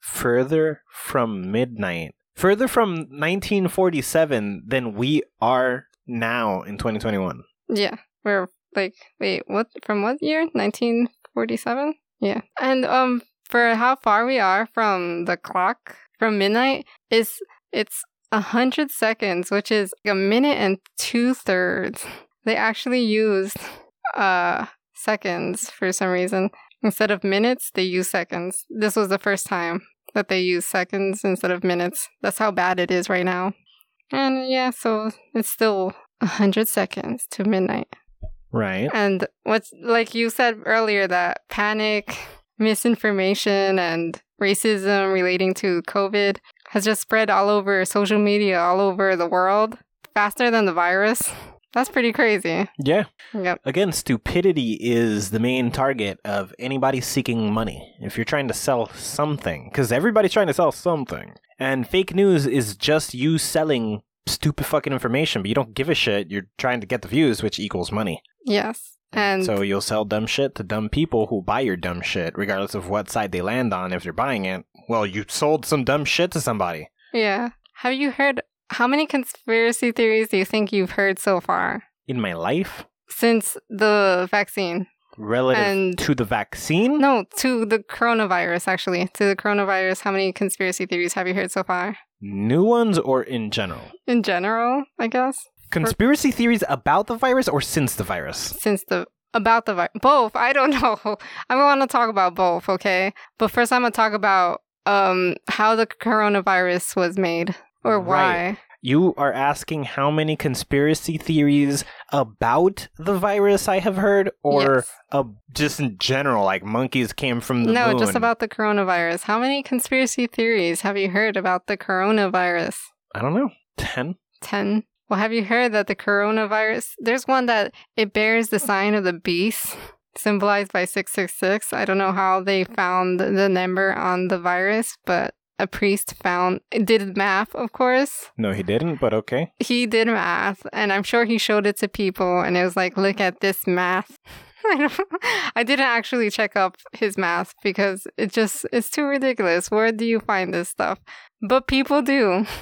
[SPEAKER 2] further from midnight, further from 1947 than we are now in 2021.
[SPEAKER 3] yeah we're like wait what from what year 1947 yeah and um for how far we are from the clock from midnight is it's a hundred seconds which is a minute and two thirds they actually used uh seconds for some reason instead of minutes they use seconds this was the first time that they use seconds instead of minutes that's how bad it is right now and yeah so it's still a 100 seconds to midnight
[SPEAKER 2] Right.
[SPEAKER 3] and what's like you said earlier that panic, misinformation, and racism relating to COVID has just spread all over social media, all over the world, faster than the virus. That's pretty crazy.
[SPEAKER 2] Yeah.
[SPEAKER 3] Yep.
[SPEAKER 2] Again, stupidity is the main target of anybody seeking money. If you're trying to sell something, because everybody's trying to sell something, and fake news is just you selling stupid fucking information, but you don't give a shit. You're trying to get the views, which equals money.
[SPEAKER 3] Yes. And
[SPEAKER 2] so you'll sell dumb shit to dumb people who buy your dumb shit, regardless of what side they land on. If they're buying it, well, you sold some dumb shit to somebody.
[SPEAKER 3] yeah. Have you heard how many conspiracy theories do you think you've heard so far
[SPEAKER 2] In my life,
[SPEAKER 3] since the vaccine?
[SPEAKER 2] relative
[SPEAKER 3] And-
[SPEAKER 2] to the vaccine,
[SPEAKER 3] No, to the coronavirus, actually. To the coronavirus, how many conspiracy theories have you heard so far?
[SPEAKER 2] new ones or in general.
[SPEAKER 3] In general, I guess.
[SPEAKER 2] Conspiracy theories about the virus or since the virus?
[SPEAKER 3] since the about the vi- both. I don't know. I want to talk about both, okay? But first, I'm gonna talk about um how the coronavirus was made or why.
[SPEAKER 2] You are asking how many conspiracy theories about the virus I have heard, or
[SPEAKER 3] Yes.
[SPEAKER 2] uh, just in general, like monkeys came from the
[SPEAKER 3] no,
[SPEAKER 2] moon?
[SPEAKER 3] just about the coronavirus. How many conspiracy theories have you heard about the coronavirus?
[SPEAKER 2] I don't know, ten.
[SPEAKER 3] 10. Well, have you heard that the coronavirus, there's one that it bears the sign of the beast, symbolized by 666. I don't know how they found the number on the virus, but a priest found, did math, of course.
[SPEAKER 2] No, he didn't, but okay.
[SPEAKER 3] He did math, and I'm sure he showed it to people, and it was like, look at this math. I don't- I didn't actually check up his math because it just it's too ridiculous. Where do you find this stuff? But people do.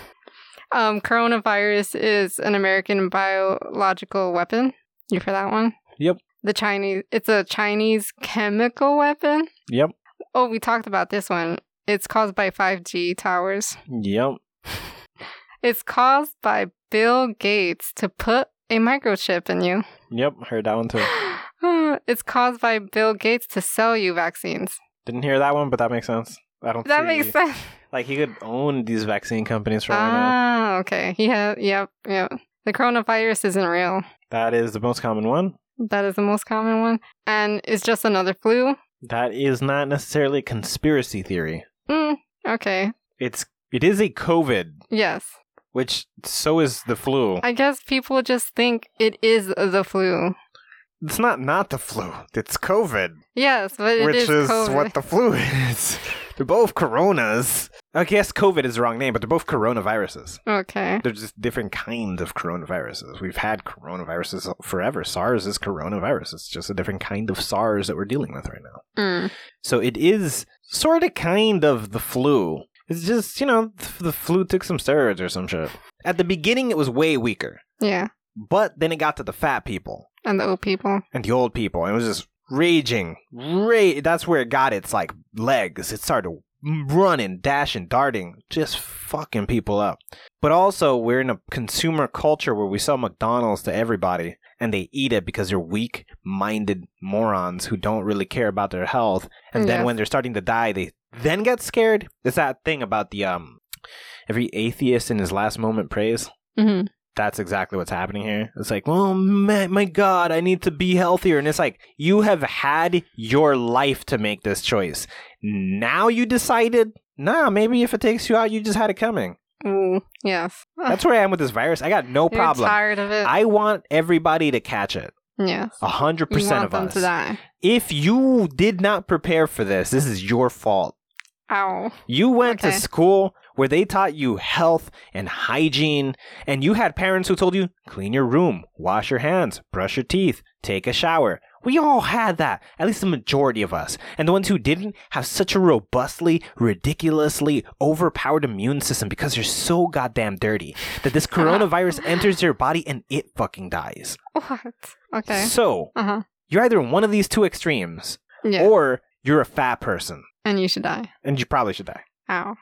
[SPEAKER 3] Um, coronavirus is an American biological weapon. You for that one?
[SPEAKER 2] Yep.
[SPEAKER 3] The Chinese. It's a Chinese chemical weapon.
[SPEAKER 2] Yep.
[SPEAKER 3] Oh, we talked about this one. It's caused by 5G towers.
[SPEAKER 2] Yep.
[SPEAKER 3] It's caused by Bill Gates to put a microchip in you. Uh,
[SPEAKER 2] Yep, heard that one too.
[SPEAKER 3] it's caused by Bill Gates to sell you vaccines.
[SPEAKER 2] Didn't hear that one, but that makes sense. I don't.
[SPEAKER 3] That
[SPEAKER 2] see-
[SPEAKER 3] makes sense. Uh,
[SPEAKER 2] Like he could own these vaccine companies for all I know.
[SPEAKER 3] ah, okay. Yeah, yep, yep. The coronavirus isn't real.
[SPEAKER 2] That is the most common one.
[SPEAKER 3] That is the most common one. And it's just another flu.
[SPEAKER 2] That is not necessarily a conspiracy theory.
[SPEAKER 3] Mm, okay.
[SPEAKER 2] It's it is a COVID,
[SPEAKER 3] Yes.
[SPEAKER 2] which so is the flu.
[SPEAKER 3] I guess people just think it is the flu.
[SPEAKER 2] it's not not the flu. It's COVID,
[SPEAKER 3] Yes, but it
[SPEAKER 2] which
[SPEAKER 3] is
[SPEAKER 2] is,
[SPEAKER 3] COVID.
[SPEAKER 2] what the flu is. they're both coronas. I guess COVID is the wrong name, but they're both coronaviruses.
[SPEAKER 3] okay.
[SPEAKER 2] They're just different kinds of coronaviruses. We've had coronaviruses forever. SARS is coronavirus. It's just a different kind of SARS that we're dealing with right now.
[SPEAKER 3] Mm.
[SPEAKER 2] So it is sort of kind of the flu. It's just, you know, th- the flu took some steroids or some shit. At the beginning, it was way weaker,
[SPEAKER 3] Yeah.
[SPEAKER 2] but then it got to the fat people
[SPEAKER 3] And the old people.
[SPEAKER 2] and the old people, and it was just raging. Ra- that's where it got its, like, legs. It started running, dashing, darting, just fucking people up. But also, we're in a consumer culture where we sell McDonald's to everybody, and they eat it because they're weak minded morons who don't really care about their health and then
[SPEAKER 3] Yes.
[SPEAKER 2] when they're starting to die they then get scared it's that thing about the um every atheist in his last moment prays
[SPEAKER 3] Mhm.
[SPEAKER 2] that's exactly what's happening here it's like oh my, my god i need to be healthier and it's like you have had your life to make this choice now you decided nah maybe if it takes you out you just had it coming
[SPEAKER 3] Ooh, yes.
[SPEAKER 2] that's where i am with this virus i got no
[SPEAKER 3] You're
[SPEAKER 2] problem
[SPEAKER 3] tired of it.
[SPEAKER 2] i want everybody to catch it
[SPEAKER 3] yes.
[SPEAKER 2] a hundred
[SPEAKER 3] You
[SPEAKER 2] percent
[SPEAKER 3] want
[SPEAKER 2] of
[SPEAKER 3] them
[SPEAKER 2] us
[SPEAKER 3] to die.
[SPEAKER 2] if you did not prepare for this this is your fault
[SPEAKER 3] Ow.
[SPEAKER 2] You went
[SPEAKER 3] Okay.
[SPEAKER 2] to school where they taught you health and hygiene, and you had parents who told you clean your room, wash your hands, brush your teeth, take a shower. We all had that, at least the majority of us. And the ones who didn't have such a robustly, ridiculously overpowered immune system because you're so goddamn dirty that
[SPEAKER 3] Ah.
[SPEAKER 2] this coronavirus enters your body and it fucking dies.
[SPEAKER 3] What? Okay.
[SPEAKER 2] So,
[SPEAKER 3] Uh huh.
[SPEAKER 2] you're either in one of these two extremes,
[SPEAKER 3] Yeah.
[SPEAKER 2] or you're a fat person,
[SPEAKER 3] and you should die.
[SPEAKER 2] and you probably should die.
[SPEAKER 3] Ow.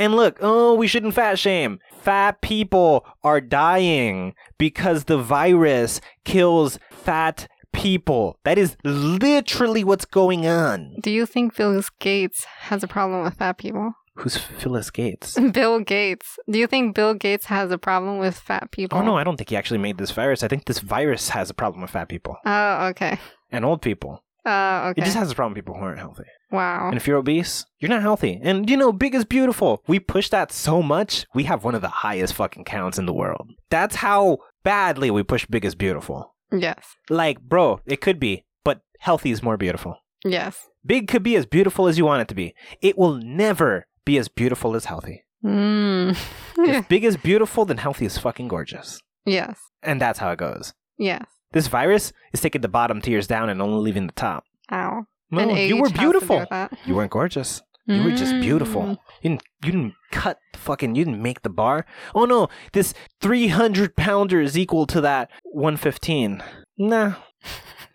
[SPEAKER 2] And look, oh, we shouldn't fat shame. Fat people are dying because the virus kills fat people. That is literally what's going on.
[SPEAKER 3] Do you think Bill Gates has a problem with fat people?
[SPEAKER 2] Who's Phyllis Gates?
[SPEAKER 3] Bill Gates. Do you think Bill Gates has a problem with fat people?
[SPEAKER 2] Oh no, I don't think he actually made this virus. I think this virus has a problem with fat people
[SPEAKER 3] Oh, okay.
[SPEAKER 2] and old people.
[SPEAKER 3] Uh, okay.
[SPEAKER 2] It just has a problem with people who aren't healthy.
[SPEAKER 3] wow.
[SPEAKER 2] And if you're obese, you're not healthy. And you know, big is beautiful. We push that so much, we have one of the highest fucking counts in the world. That's how badly we push big is beautiful.
[SPEAKER 3] Yes.
[SPEAKER 2] Like, bro, it could be, but healthy is more beautiful.
[SPEAKER 3] Yes.
[SPEAKER 2] Big could be as beautiful as you want it to be. It will never be as beautiful as healthy.
[SPEAKER 3] Mm.
[SPEAKER 2] If big is beautiful, then healthy is fucking gorgeous.
[SPEAKER 3] yes.
[SPEAKER 2] And that's how it goes.
[SPEAKER 3] Yes.
[SPEAKER 2] This virus is taking the bottom tiers down and only leaving the top.
[SPEAKER 3] Ow.
[SPEAKER 2] No,
[SPEAKER 3] And age
[SPEAKER 2] you were
[SPEAKER 3] has to do
[SPEAKER 2] beautiful.
[SPEAKER 3] with that. Mm.
[SPEAKER 2] You weren't gorgeous. You were just beautiful. You didn't, you didn't cut the fucking, you didn't make the bar. Oh no, this 300 pounder is equal to that 115. Nah.
[SPEAKER 3] Mm.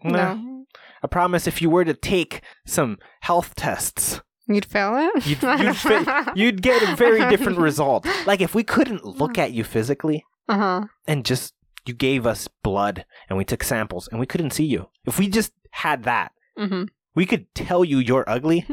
[SPEAKER 2] Nah.
[SPEAKER 3] No.
[SPEAKER 2] I promise if you were to take some health tests,
[SPEAKER 3] You'd fail it?
[SPEAKER 2] you'd, you'd, fa- you'd get a very different result. Like if we couldn't look at you physically
[SPEAKER 3] Uh huh.
[SPEAKER 2] and just you gave us blood and we took samples and we couldn't see you. If we just had that,
[SPEAKER 3] hmm
[SPEAKER 2] we could tell you you're ugly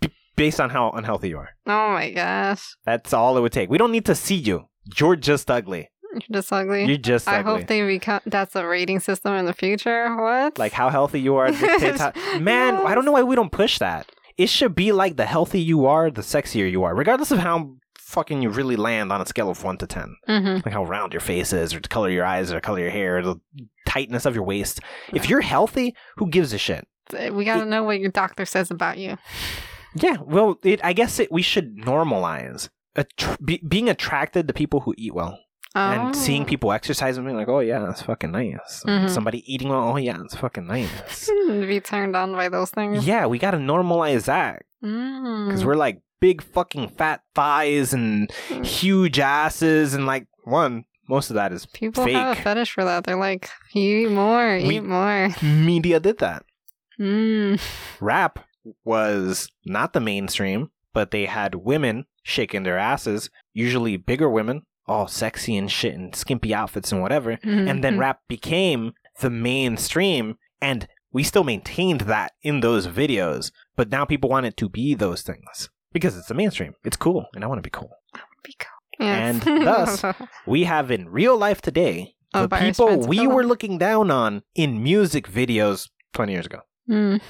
[SPEAKER 2] b- based on how unhealthy you are.
[SPEAKER 3] Oh my gosh.
[SPEAKER 2] That's all it would take. We don't need to see you. You're just ugly.
[SPEAKER 3] You're just ugly.
[SPEAKER 2] You're just
[SPEAKER 3] I
[SPEAKER 2] ugly.
[SPEAKER 3] hope they become. That's a rating system in the future. What?
[SPEAKER 2] like how healthy you are. dictates how- Man, I don't know why we don't push that. It should be like the healthy you are, the sexier you are, regardless of how fucking you really land on a scale of one to ten.
[SPEAKER 3] Mm-hmm.
[SPEAKER 2] Like how round your face is, or the color of your eyes, or the color of your hair, or the tightness of your waist. If you're healthy, who gives a shit?
[SPEAKER 3] We gotta know what your doctor says about you.
[SPEAKER 2] Yeah, well, it, I guess it, we should normalize attr be, being attracted to people who eat well. and seeing
[SPEAKER 3] Oh.
[SPEAKER 2] people exercise and being like, oh yeah, that's fucking nice.
[SPEAKER 3] Mhm.
[SPEAKER 2] Somebody eating, well, oh yeah, that's fucking nice.
[SPEAKER 3] to be turned on by those things.
[SPEAKER 2] yeah, we gotta normalize that because
[SPEAKER 3] Mm.
[SPEAKER 2] we're like big fucking fat thighs and
[SPEAKER 3] Mm.
[SPEAKER 2] huge asses and like one, most of that is
[SPEAKER 3] People have a
[SPEAKER 2] fake.
[SPEAKER 3] fetish for that. They're like, eat more,
[SPEAKER 2] We-
[SPEAKER 3] eat more.
[SPEAKER 2] Media did that.
[SPEAKER 3] Mm.
[SPEAKER 2] Rap was not the mainstream, but they had women shaking their asses, usually bigger women, all sexy and shit and skimpy outfits and whatever. and
[SPEAKER 3] Mm-hmm.
[SPEAKER 2] then rap became the mainstream and we still maintained that in those videos but now people want it to be those things because it's the mainstream it's cool and i want to be cool
[SPEAKER 3] Yes.
[SPEAKER 2] and thus- we have in real life today
[SPEAKER 3] Oh,
[SPEAKER 2] the
[SPEAKER 3] by our
[SPEAKER 2] people
[SPEAKER 3] Spencer
[SPEAKER 2] we
[SPEAKER 3] Phillips.
[SPEAKER 2] were looking down on in music videos 20 years ago.
[SPEAKER 3] Mm.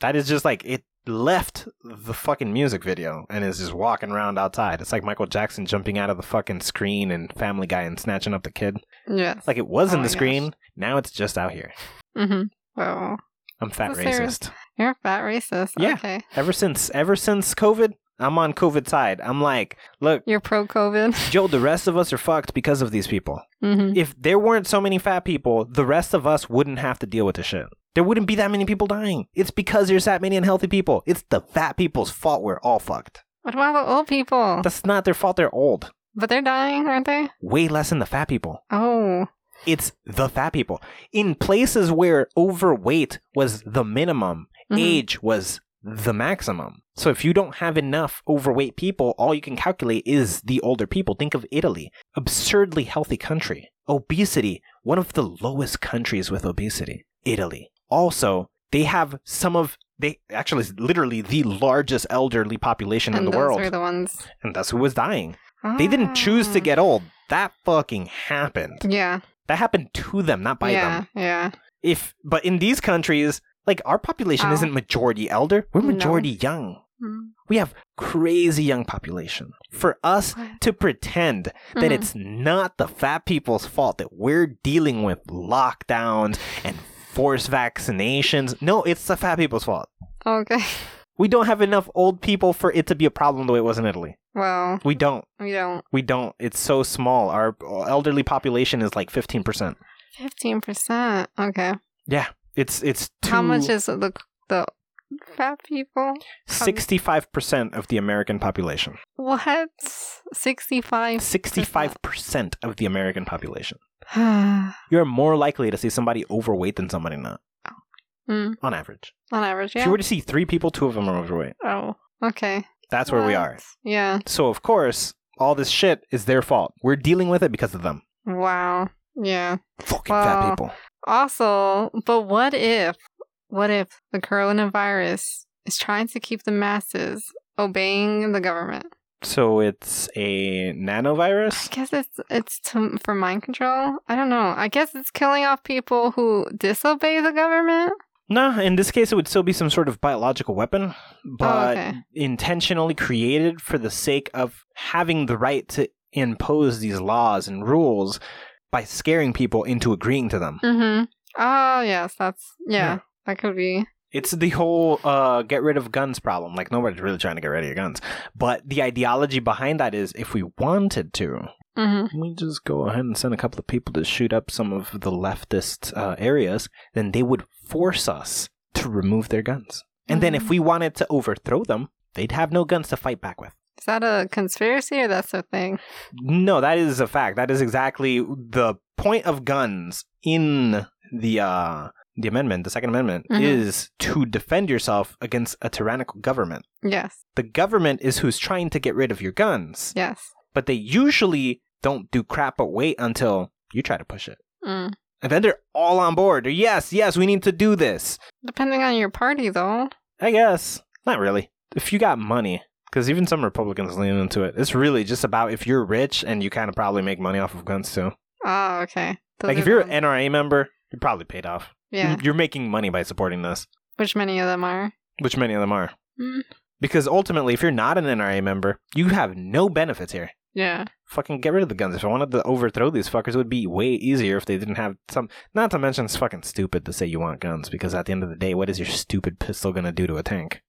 [SPEAKER 2] That is just like it left the fucking music video and is just walking around outside. It's like Michael Jackson jumping out of the fucking screen and Family Guy and snatching up the kid.
[SPEAKER 3] Yes.
[SPEAKER 2] Like it was
[SPEAKER 3] Oh
[SPEAKER 2] in
[SPEAKER 3] my
[SPEAKER 2] the
[SPEAKER 3] gosh.
[SPEAKER 2] screen, now it's just out here.
[SPEAKER 3] Mm-hmm. Well,
[SPEAKER 2] I'm fat
[SPEAKER 3] So Sarah-
[SPEAKER 2] racist.
[SPEAKER 3] you're a fat racist.
[SPEAKER 2] Yeah.
[SPEAKER 3] Okay.
[SPEAKER 2] Ever since ever since COVID, I'm on COVID side. I'm like, look,
[SPEAKER 3] You're pro COVID.
[SPEAKER 2] Joe, the rest of us are fucked because of these people.
[SPEAKER 3] Mm-hmm.
[SPEAKER 2] If there weren't so many fat people, the rest of us wouldn't have to deal with this shit. There wouldn't be that many people dying. It's because there's that many unhealthy people. It's the fat people's fault we're all fucked.
[SPEAKER 3] What about the old people?
[SPEAKER 2] That's not their fault they're old.
[SPEAKER 3] But they're dying, aren't they?
[SPEAKER 2] Way less than the fat people.
[SPEAKER 3] Oh.
[SPEAKER 2] It's the fat people. In places where overweight was the minimum,
[SPEAKER 3] Mhm.
[SPEAKER 2] age was the maximum. So if you don't have enough overweight people, all you can calculate is the older people. Think of Italy, absurdly healthy country. Obesity, one of the lowest countries with obesity. Italy. Also, they have some of they actually it's literally the largest elderly population in
[SPEAKER 3] and
[SPEAKER 2] the
[SPEAKER 3] those
[SPEAKER 2] world.
[SPEAKER 3] are the ones.
[SPEAKER 2] and that's who was dying. They didn't choose to
[SPEAKER 3] Ah.
[SPEAKER 2] get old. That fucking happened.
[SPEAKER 3] Yeah.
[SPEAKER 2] That happened to them, not by
[SPEAKER 3] yeah.
[SPEAKER 2] them.
[SPEAKER 3] Yeah.
[SPEAKER 2] If but in these countries, like our population
[SPEAKER 3] Oh.
[SPEAKER 2] isn't majority elder, we're
[SPEAKER 3] No.
[SPEAKER 2] majority young.
[SPEAKER 3] Mm.
[SPEAKER 2] We have crazy young population. For us
[SPEAKER 3] What?
[SPEAKER 2] to pretend that
[SPEAKER 3] Mhm.
[SPEAKER 2] it's not the fat people's fault that we're dealing with lockdowns and forced vaccinations. No, it's the fat people's fault.
[SPEAKER 3] Okay.
[SPEAKER 2] We don't have enough old people for it to be a problem the way it was in Italy.
[SPEAKER 3] Well,
[SPEAKER 2] We don't.
[SPEAKER 3] we don't.
[SPEAKER 2] We don't. It's so small. Our elderly population is like 15%.
[SPEAKER 3] Fifteen percent. Okay.
[SPEAKER 2] Yeah. It's it's too
[SPEAKER 3] How much is the the fat people?
[SPEAKER 2] 65% of the American population.
[SPEAKER 3] What? Sixty five.
[SPEAKER 2] 65% of the American population.
[SPEAKER 3] mm,
[SPEAKER 2] You're more likely to see somebody overweight than somebody not,
[SPEAKER 3] on
[SPEAKER 2] on average.
[SPEAKER 3] average,
[SPEAKER 2] If
[SPEAKER 3] yeah.
[SPEAKER 2] you were to see three people, two of them are overweight.
[SPEAKER 3] oh. Okay.
[SPEAKER 2] That's where we are.
[SPEAKER 3] What? Yeah.
[SPEAKER 2] So, of course, all this shit is their fault. We're dealing with it because of them.
[SPEAKER 3] Wow. Yeah.
[SPEAKER 2] Fucking
[SPEAKER 3] Wow.
[SPEAKER 2] fat people.
[SPEAKER 3] Also, but what if, what if the coronavirus is trying to keep the masses obeying the government?
[SPEAKER 2] So, it's a
[SPEAKER 3] I
[SPEAKER 2] nanovirus?
[SPEAKER 3] guess it's it's to, for mind control. I don't know. I guess it's killing off people who disobey the government. Oh,
[SPEAKER 2] Nah, in this case, it would still be some sort of biological weapon, but
[SPEAKER 3] okay.
[SPEAKER 2] intentionally created for the sake of having the right to impose these laws and rules by scaring people into agreeing to them.
[SPEAKER 3] Mm-hmm. Oh yes, that's yeah.
[SPEAKER 2] Yeah.
[SPEAKER 3] That could be.
[SPEAKER 2] It's the whole uh, get rid of guns problem. Like, nobody's really trying to get rid of your guns. But the ideology behind that is if we wanted to,
[SPEAKER 3] Mm-hmm.
[SPEAKER 2] we just go ahead and send a couple of people to shoot up some of the leftist uh, areas, then they would force us to remove their guns. And then
[SPEAKER 3] Mm-hmm.
[SPEAKER 2] if we wanted to overthrow them, they'd have no guns to fight back with.
[SPEAKER 3] Is that a conspiracy or that's a thing?
[SPEAKER 2] No, that is a fact. That is exactly the point of guns in the uh, the amendment, the Second Amendment,
[SPEAKER 3] Mhm.
[SPEAKER 2] is to defend yourself against a tyrannical government.
[SPEAKER 3] Yes.
[SPEAKER 2] The government is who's trying to get rid of your guns,
[SPEAKER 3] Yes.
[SPEAKER 2] but they usually don't do crap but wait until you try to push it.
[SPEAKER 3] Mm.
[SPEAKER 2] And then they're all on board. They're, yes, yes, we need to do this.
[SPEAKER 3] Depending on your party, though.
[SPEAKER 2] I guess. Not really. If you got money, because even some Republicans lean into it, it's really just about if you're rich and you kind of probably make money off of guns too.
[SPEAKER 3] Oh, okay. Those
[SPEAKER 2] like
[SPEAKER 3] are
[SPEAKER 2] if
[SPEAKER 3] the
[SPEAKER 2] you're
[SPEAKER 3] ones-
[SPEAKER 2] an NRA member, you're probably paid off. You're-
[SPEAKER 3] yeah,
[SPEAKER 2] You're, making money by supporting this,
[SPEAKER 3] which many of them are.
[SPEAKER 2] which many of them are.
[SPEAKER 3] Mm.
[SPEAKER 2] Because ultimately, if you're not an NRA member, you have no benefits here.
[SPEAKER 3] Yeah,
[SPEAKER 2] Fucking get rid of the guns. If I wanted to overthrow these fuckers, it would be way easier if they didn't have some. Not to mention, it's fucking stupid to say you want guns because at the end of the day, what is your stupid pistol gonna do to a tank?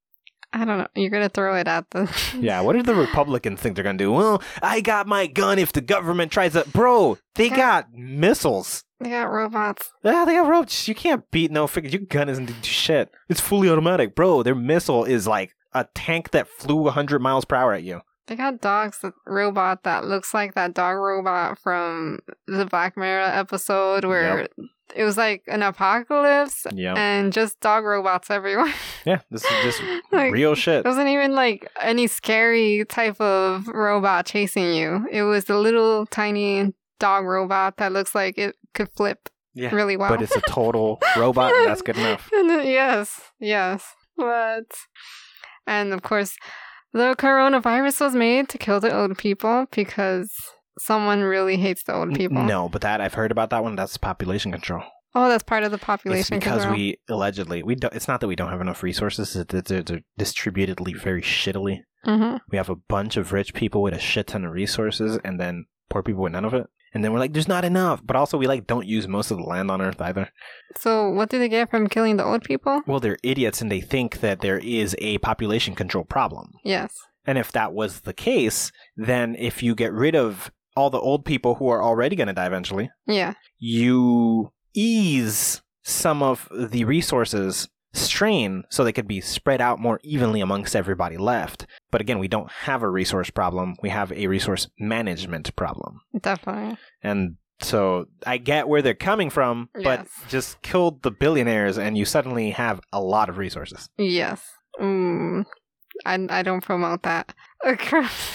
[SPEAKER 3] I don't know. You're gonna throw it at them.
[SPEAKER 2] Yeah, what do the Republicans think they're gonna do? Well, I got my gun if the government tries to. Bro, they got missiles.
[SPEAKER 3] They got robots.
[SPEAKER 2] Ah, they got roaches. You can't beat no figure. Your gun isn't do shit. It's fully automatic, bro. Their missile is like a tank that flew 100 miles per hour at you.
[SPEAKER 3] They got dogs. That robot that looks like that dog robot from the Black Mirror episode where it was like an apocalypse
[SPEAKER 2] Yeah.
[SPEAKER 3] and just dog robots everywhere.
[SPEAKER 2] Yeah, this is just
[SPEAKER 3] Like,
[SPEAKER 2] real shit.
[SPEAKER 3] It wasn't even like any scary type of robot chasing you. It was the little tiny dog robot that looks like it could flip
[SPEAKER 2] Yeah,
[SPEAKER 3] really well.
[SPEAKER 2] But it's a total robot, and that's good enough.
[SPEAKER 3] And then- yes, yes. But and of course, the coronavirus was made to kill the old people because someone really hates the old people.
[SPEAKER 2] No, but that I've heard about that one. That's population control.
[SPEAKER 3] Oh, that's part of the population
[SPEAKER 2] it's because
[SPEAKER 3] control.
[SPEAKER 2] we allegedly we don't. It's not that we don't have enough resources. It's that they're, they're distributedly very shittily.
[SPEAKER 3] Mhm.
[SPEAKER 2] We have a bunch of rich people with a shit ton of resources, and then poor people with none of it. And then we're like, there's not enough. But also, we like don't use most of the land on Earth either.
[SPEAKER 3] So, what do they get from killing the old people?
[SPEAKER 2] Well, they're idiots, and they think that there is a population control problem.
[SPEAKER 3] Yes.
[SPEAKER 2] And if that was the case, then if you get rid of all the old people who are already going to die eventually,
[SPEAKER 3] Yeah.
[SPEAKER 2] you ease some of the resources strain so they could be spread out more evenly amongst everybody left. But again, we don't have a resource problem, we have a resource management problem.
[SPEAKER 3] Definitely.
[SPEAKER 2] And so I get where they're coming from, but
[SPEAKER 3] Yes.
[SPEAKER 2] just killed the billionaires and you suddenly have a lot of resources.
[SPEAKER 3] Yes. Mm. I, I don't promote that.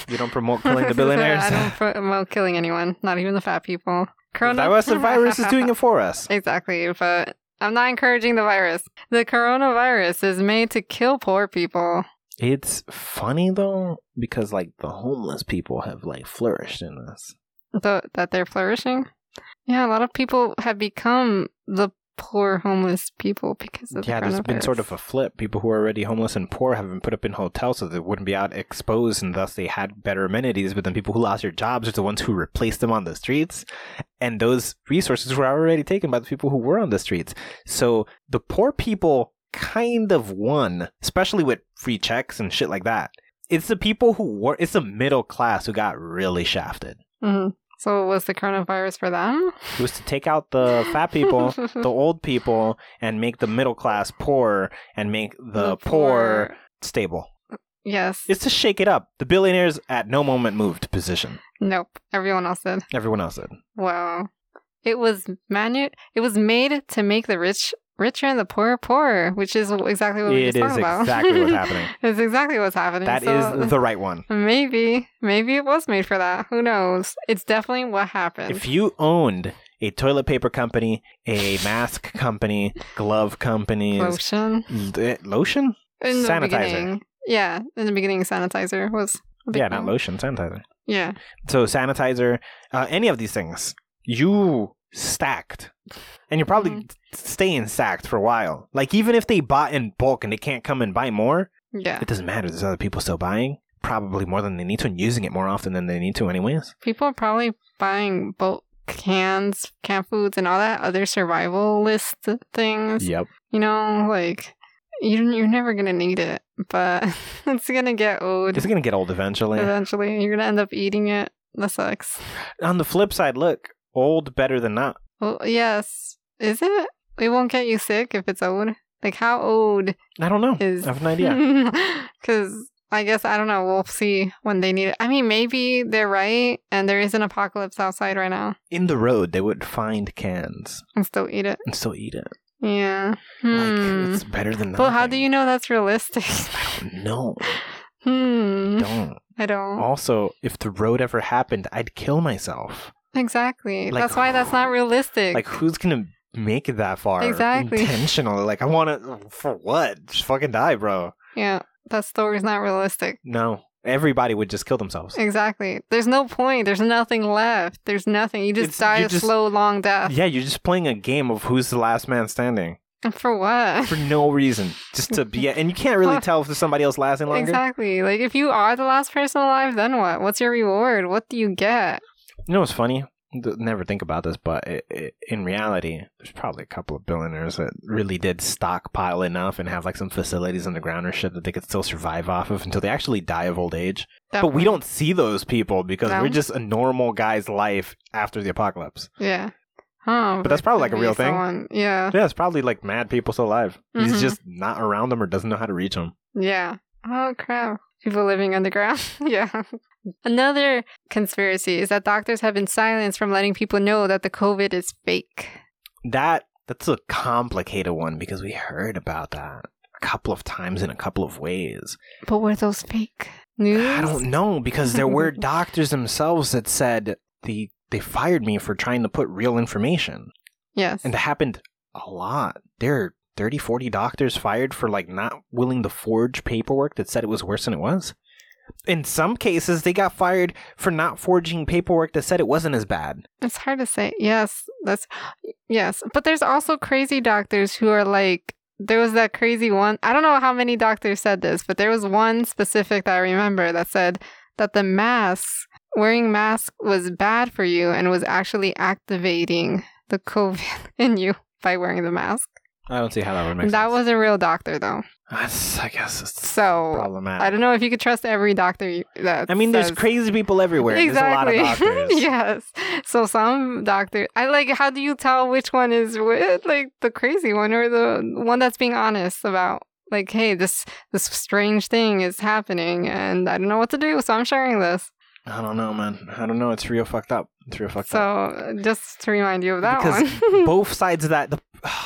[SPEAKER 2] You don't promote killing the billionaires.
[SPEAKER 3] I don't promote killing anyone, not even the fat people. Corona-
[SPEAKER 2] the virus, the virus is doing it for us.
[SPEAKER 3] Exactly, but I'm not encouraging the virus. The coronavirus is made to kill poor people.
[SPEAKER 2] It's funny though because like the homeless people have like flourished in this.
[SPEAKER 3] Th- that they're flourishing. Yeah, a lot of people have become the poor homeless people because of
[SPEAKER 2] Yeah,
[SPEAKER 3] the
[SPEAKER 2] there's been
[SPEAKER 3] coronavirus.
[SPEAKER 2] sort of a flip. People who are already homeless and poor have been put up in hotels so they wouldn't be out exposed, and thus they had better amenities. But then people who lost their jobs are the ones who replaced them on the streets, and those resources were already taken by the people who were on the streets. So the poor people kind of won, especially with free checks and shit like that. It's the people who were. It's the middle class who got really shafted.
[SPEAKER 3] Mhm. So was the coronavirus for them?
[SPEAKER 2] It was to take out the fat people, the old people, and make the middle class poor and make the, poor, stable.
[SPEAKER 3] Yes.
[SPEAKER 2] It's to shake it up. The billionaires at no moment moved position.
[SPEAKER 3] nope. Everyone else did.
[SPEAKER 2] Everyone else did.
[SPEAKER 3] Wow. It was manu. It was made to make the rich richer and the poor poorer, which is exactly what we
[SPEAKER 2] It
[SPEAKER 3] just
[SPEAKER 2] is
[SPEAKER 3] talked about.
[SPEAKER 2] exactly what's happening.
[SPEAKER 3] It's exactly what's happening.
[SPEAKER 2] That
[SPEAKER 3] So-
[SPEAKER 2] is the right one.
[SPEAKER 3] Maybe. Maybe it was made for that. Who knows? It's definitely what happened.
[SPEAKER 2] If you owned a toilet paper company, a mask company, glove companies,
[SPEAKER 3] Lotion.
[SPEAKER 2] l- eh, lotion?
[SPEAKER 3] In the
[SPEAKER 2] Sanitizer.
[SPEAKER 3] beginning. Yeah. In the beginning, sanitizer was. a big
[SPEAKER 2] Yeah, not
[SPEAKER 3] thing.
[SPEAKER 2] lotion, sanitizer.
[SPEAKER 3] Yeah.
[SPEAKER 2] so sanitizer, uh, any of these things, you stacked, and you're probably
[SPEAKER 3] Mm-hmm.
[SPEAKER 2] staying stacked for a while. Like even if they bought in bulk and they can't come and buy more,
[SPEAKER 3] Yeah.
[SPEAKER 2] it doesn't matter. There's other people still buying, probably more than they need to, and using it more often than they need to, anyways.
[SPEAKER 3] People are probably buying bulk cans, canned foods, and all that other survival list things.
[SPEAKER 2] Yep.
[SPEAKER 3] You know, like, you're, you're never going to need it, but it's going to get old
[SPEAKER 2] It's gonna get old eventually.
[SPEAKER 3] eventually. You're going to end up eating it. That sucks.
[SPEAKER 2] On the flip side, look, old better than not.
[SPEAKER 3] Well, yes. Is it? It won't get you sick if it's old. Like, how old
[SPEAKER 2] I don't know.
[SPEAKER 3] is.
[SPEAKER 2] I have an idea.
[SPEAKER 3] idea. Because I guess, I don't know, we'll see when they need it. I mean, maybe they're right and there is an apocalypse outside right now
[SPEAKER 2] In the road, they would find cans
[SPEAKER 3] and still eat it.
[SPEAKER 2] and still eat it.
[SPEAKER 3] Yeah.
[SPEAKER 2] Like
[SPEAKER 3] Hmm.
[SPEAKER 2] it's better than nothing.
[SPEAKER 3] But how do you know that's realistic?
[SPEAKER 2] No,
[SPEAKER 3] hmm.
[SPEAKER 2] don't.
[SPEAKER 3] I don't.
[SPEAKER 2] Also, if the road ever happened, I'd kill myself.
[SPEAKER 3] Exactly.
[SPEAKER 2] Like,
[SPEAKER 3] that's why that's not realistic.
[SPEAKER 2] Like, who's gonna make it that far?
[SPEAKER 3] Exactly.
[SPEAKER 2] Intentional. Like, I want to for what? Just fucking die, bro.
[SPEAKER 3] yeah. That story's not realistic.
[SPEAKER 2] No, everybody would just kill themselves.
[SPEAKER 3] Exactly. There's no point. There's nothing left. There's nothing. You just
[SPEAKER 2] It's-
[SPEAKER 3] die
[SPEAKER 2] you
[SPEAKER 3] a
[SPEAKER 2] just-
[SPEAKER 3] slow, long death.
[SPEAKER 2] Yeah, you're just playing a game of who's the last man standing
[SPEAKER 3] And For what?
[SPEAKER 2] for no reason, just to be. And you can't really tell if there's somebody else lasting longer.
[SPEAKER 3] Exactly. Like, if you are the last person alive, then what? What's your reward? What do you get?
[SPEAKER 2] You know what's funny? Th- Never think about this, but i i in reality, there's probably a couple of billionaires that really did stockpile enough and have like some facilities underground or shit that they could still survive off of until they actually die of old age. But we don't see those people because
[SPEAKER 3] No.
[SPEAKER 2] we're just a normal guy's life after the apocalypse.
[SPEAKER 3] Yeah. Huh.
[SPEAKER 2] But that's probably,
[SPEAKER 3] there
[SPEAKER 2] like, a
[SPEAKER 3] could
[SPEAKER 2] real
[SPEAKER 3] be
[SPEAKER 2] thing.
[SPEAKER 3] someone- Yeah.
[SPEAKER 2] Yeah, it's probably like mad people still alive.
[SPEAKER 3] Mhm.
[SPEAKER 2] He's just not around them or doesn't know how to reach them.
[SPEAKER 3] Yeah. Oh, crap. People living underground. yeah. Another conspiracy is that doctors have been silenced from letting people know that the COVID is fake.
[SPEAKER 2] That that's a complicated one because we heard about that a couple of times in a couple of ways.
[SPEAKER 3] But were those fake news?
[SPEAKER 2] I don't know because there were doctors themselves that said the they fired me for trying to put real information.
[SPEAKER 3] Yes.
[SPEAKER 2] And that happened a lot. There are 30, 40 doctors fired for like not willing to forge paperwork that said it was worse than it was. In some cases, they got fired for not forging paperwork that said it wasn't as bad.
[SPEAKER 3] It's hard to say. Yes, that's yes. But there's also crazy doctors who are like there was that crazy one. I don't know how many doctors said this, but there was one specific that I remember that said that the mask wearing mask was bad for you and was actually activating the COVID in you by wearing the mask.
[SPEAKER 2] I don't see how that would make
[SPEAKER 3] that
[SPEAKER 2] sense.
[SPEAKER 3] was a real doctor though.
[SPEAKER 2] That's, I guess it's
[SPEAKER 3] So
[SPEAKER 2] problematic.
[SPEAKER 3] I don't know if you could trust every doctor you- that
[SPEAKER 2] I mean, there's
[SPEAKER 3] says-
[SPEAKER 2] crazy people everywhere. There's a lot of doctors.
[SPEAKER 3] yes. So some doctor, I like. How do you tell which one is wh- like the crazy one or the one that's being honest about like, hey, this this strange thing is happening, and I don't know what to do, so I'm sharing this.
[SPEAKER 2] I don't know, man. I don't know. It's real fucked up. It's real fucked up.
[SPEAKER 3] So just to remind you of that
[SPEAKER 2] Because
[SPEAKER 3] one.
[SPEAKER 2] Both sides of that. The,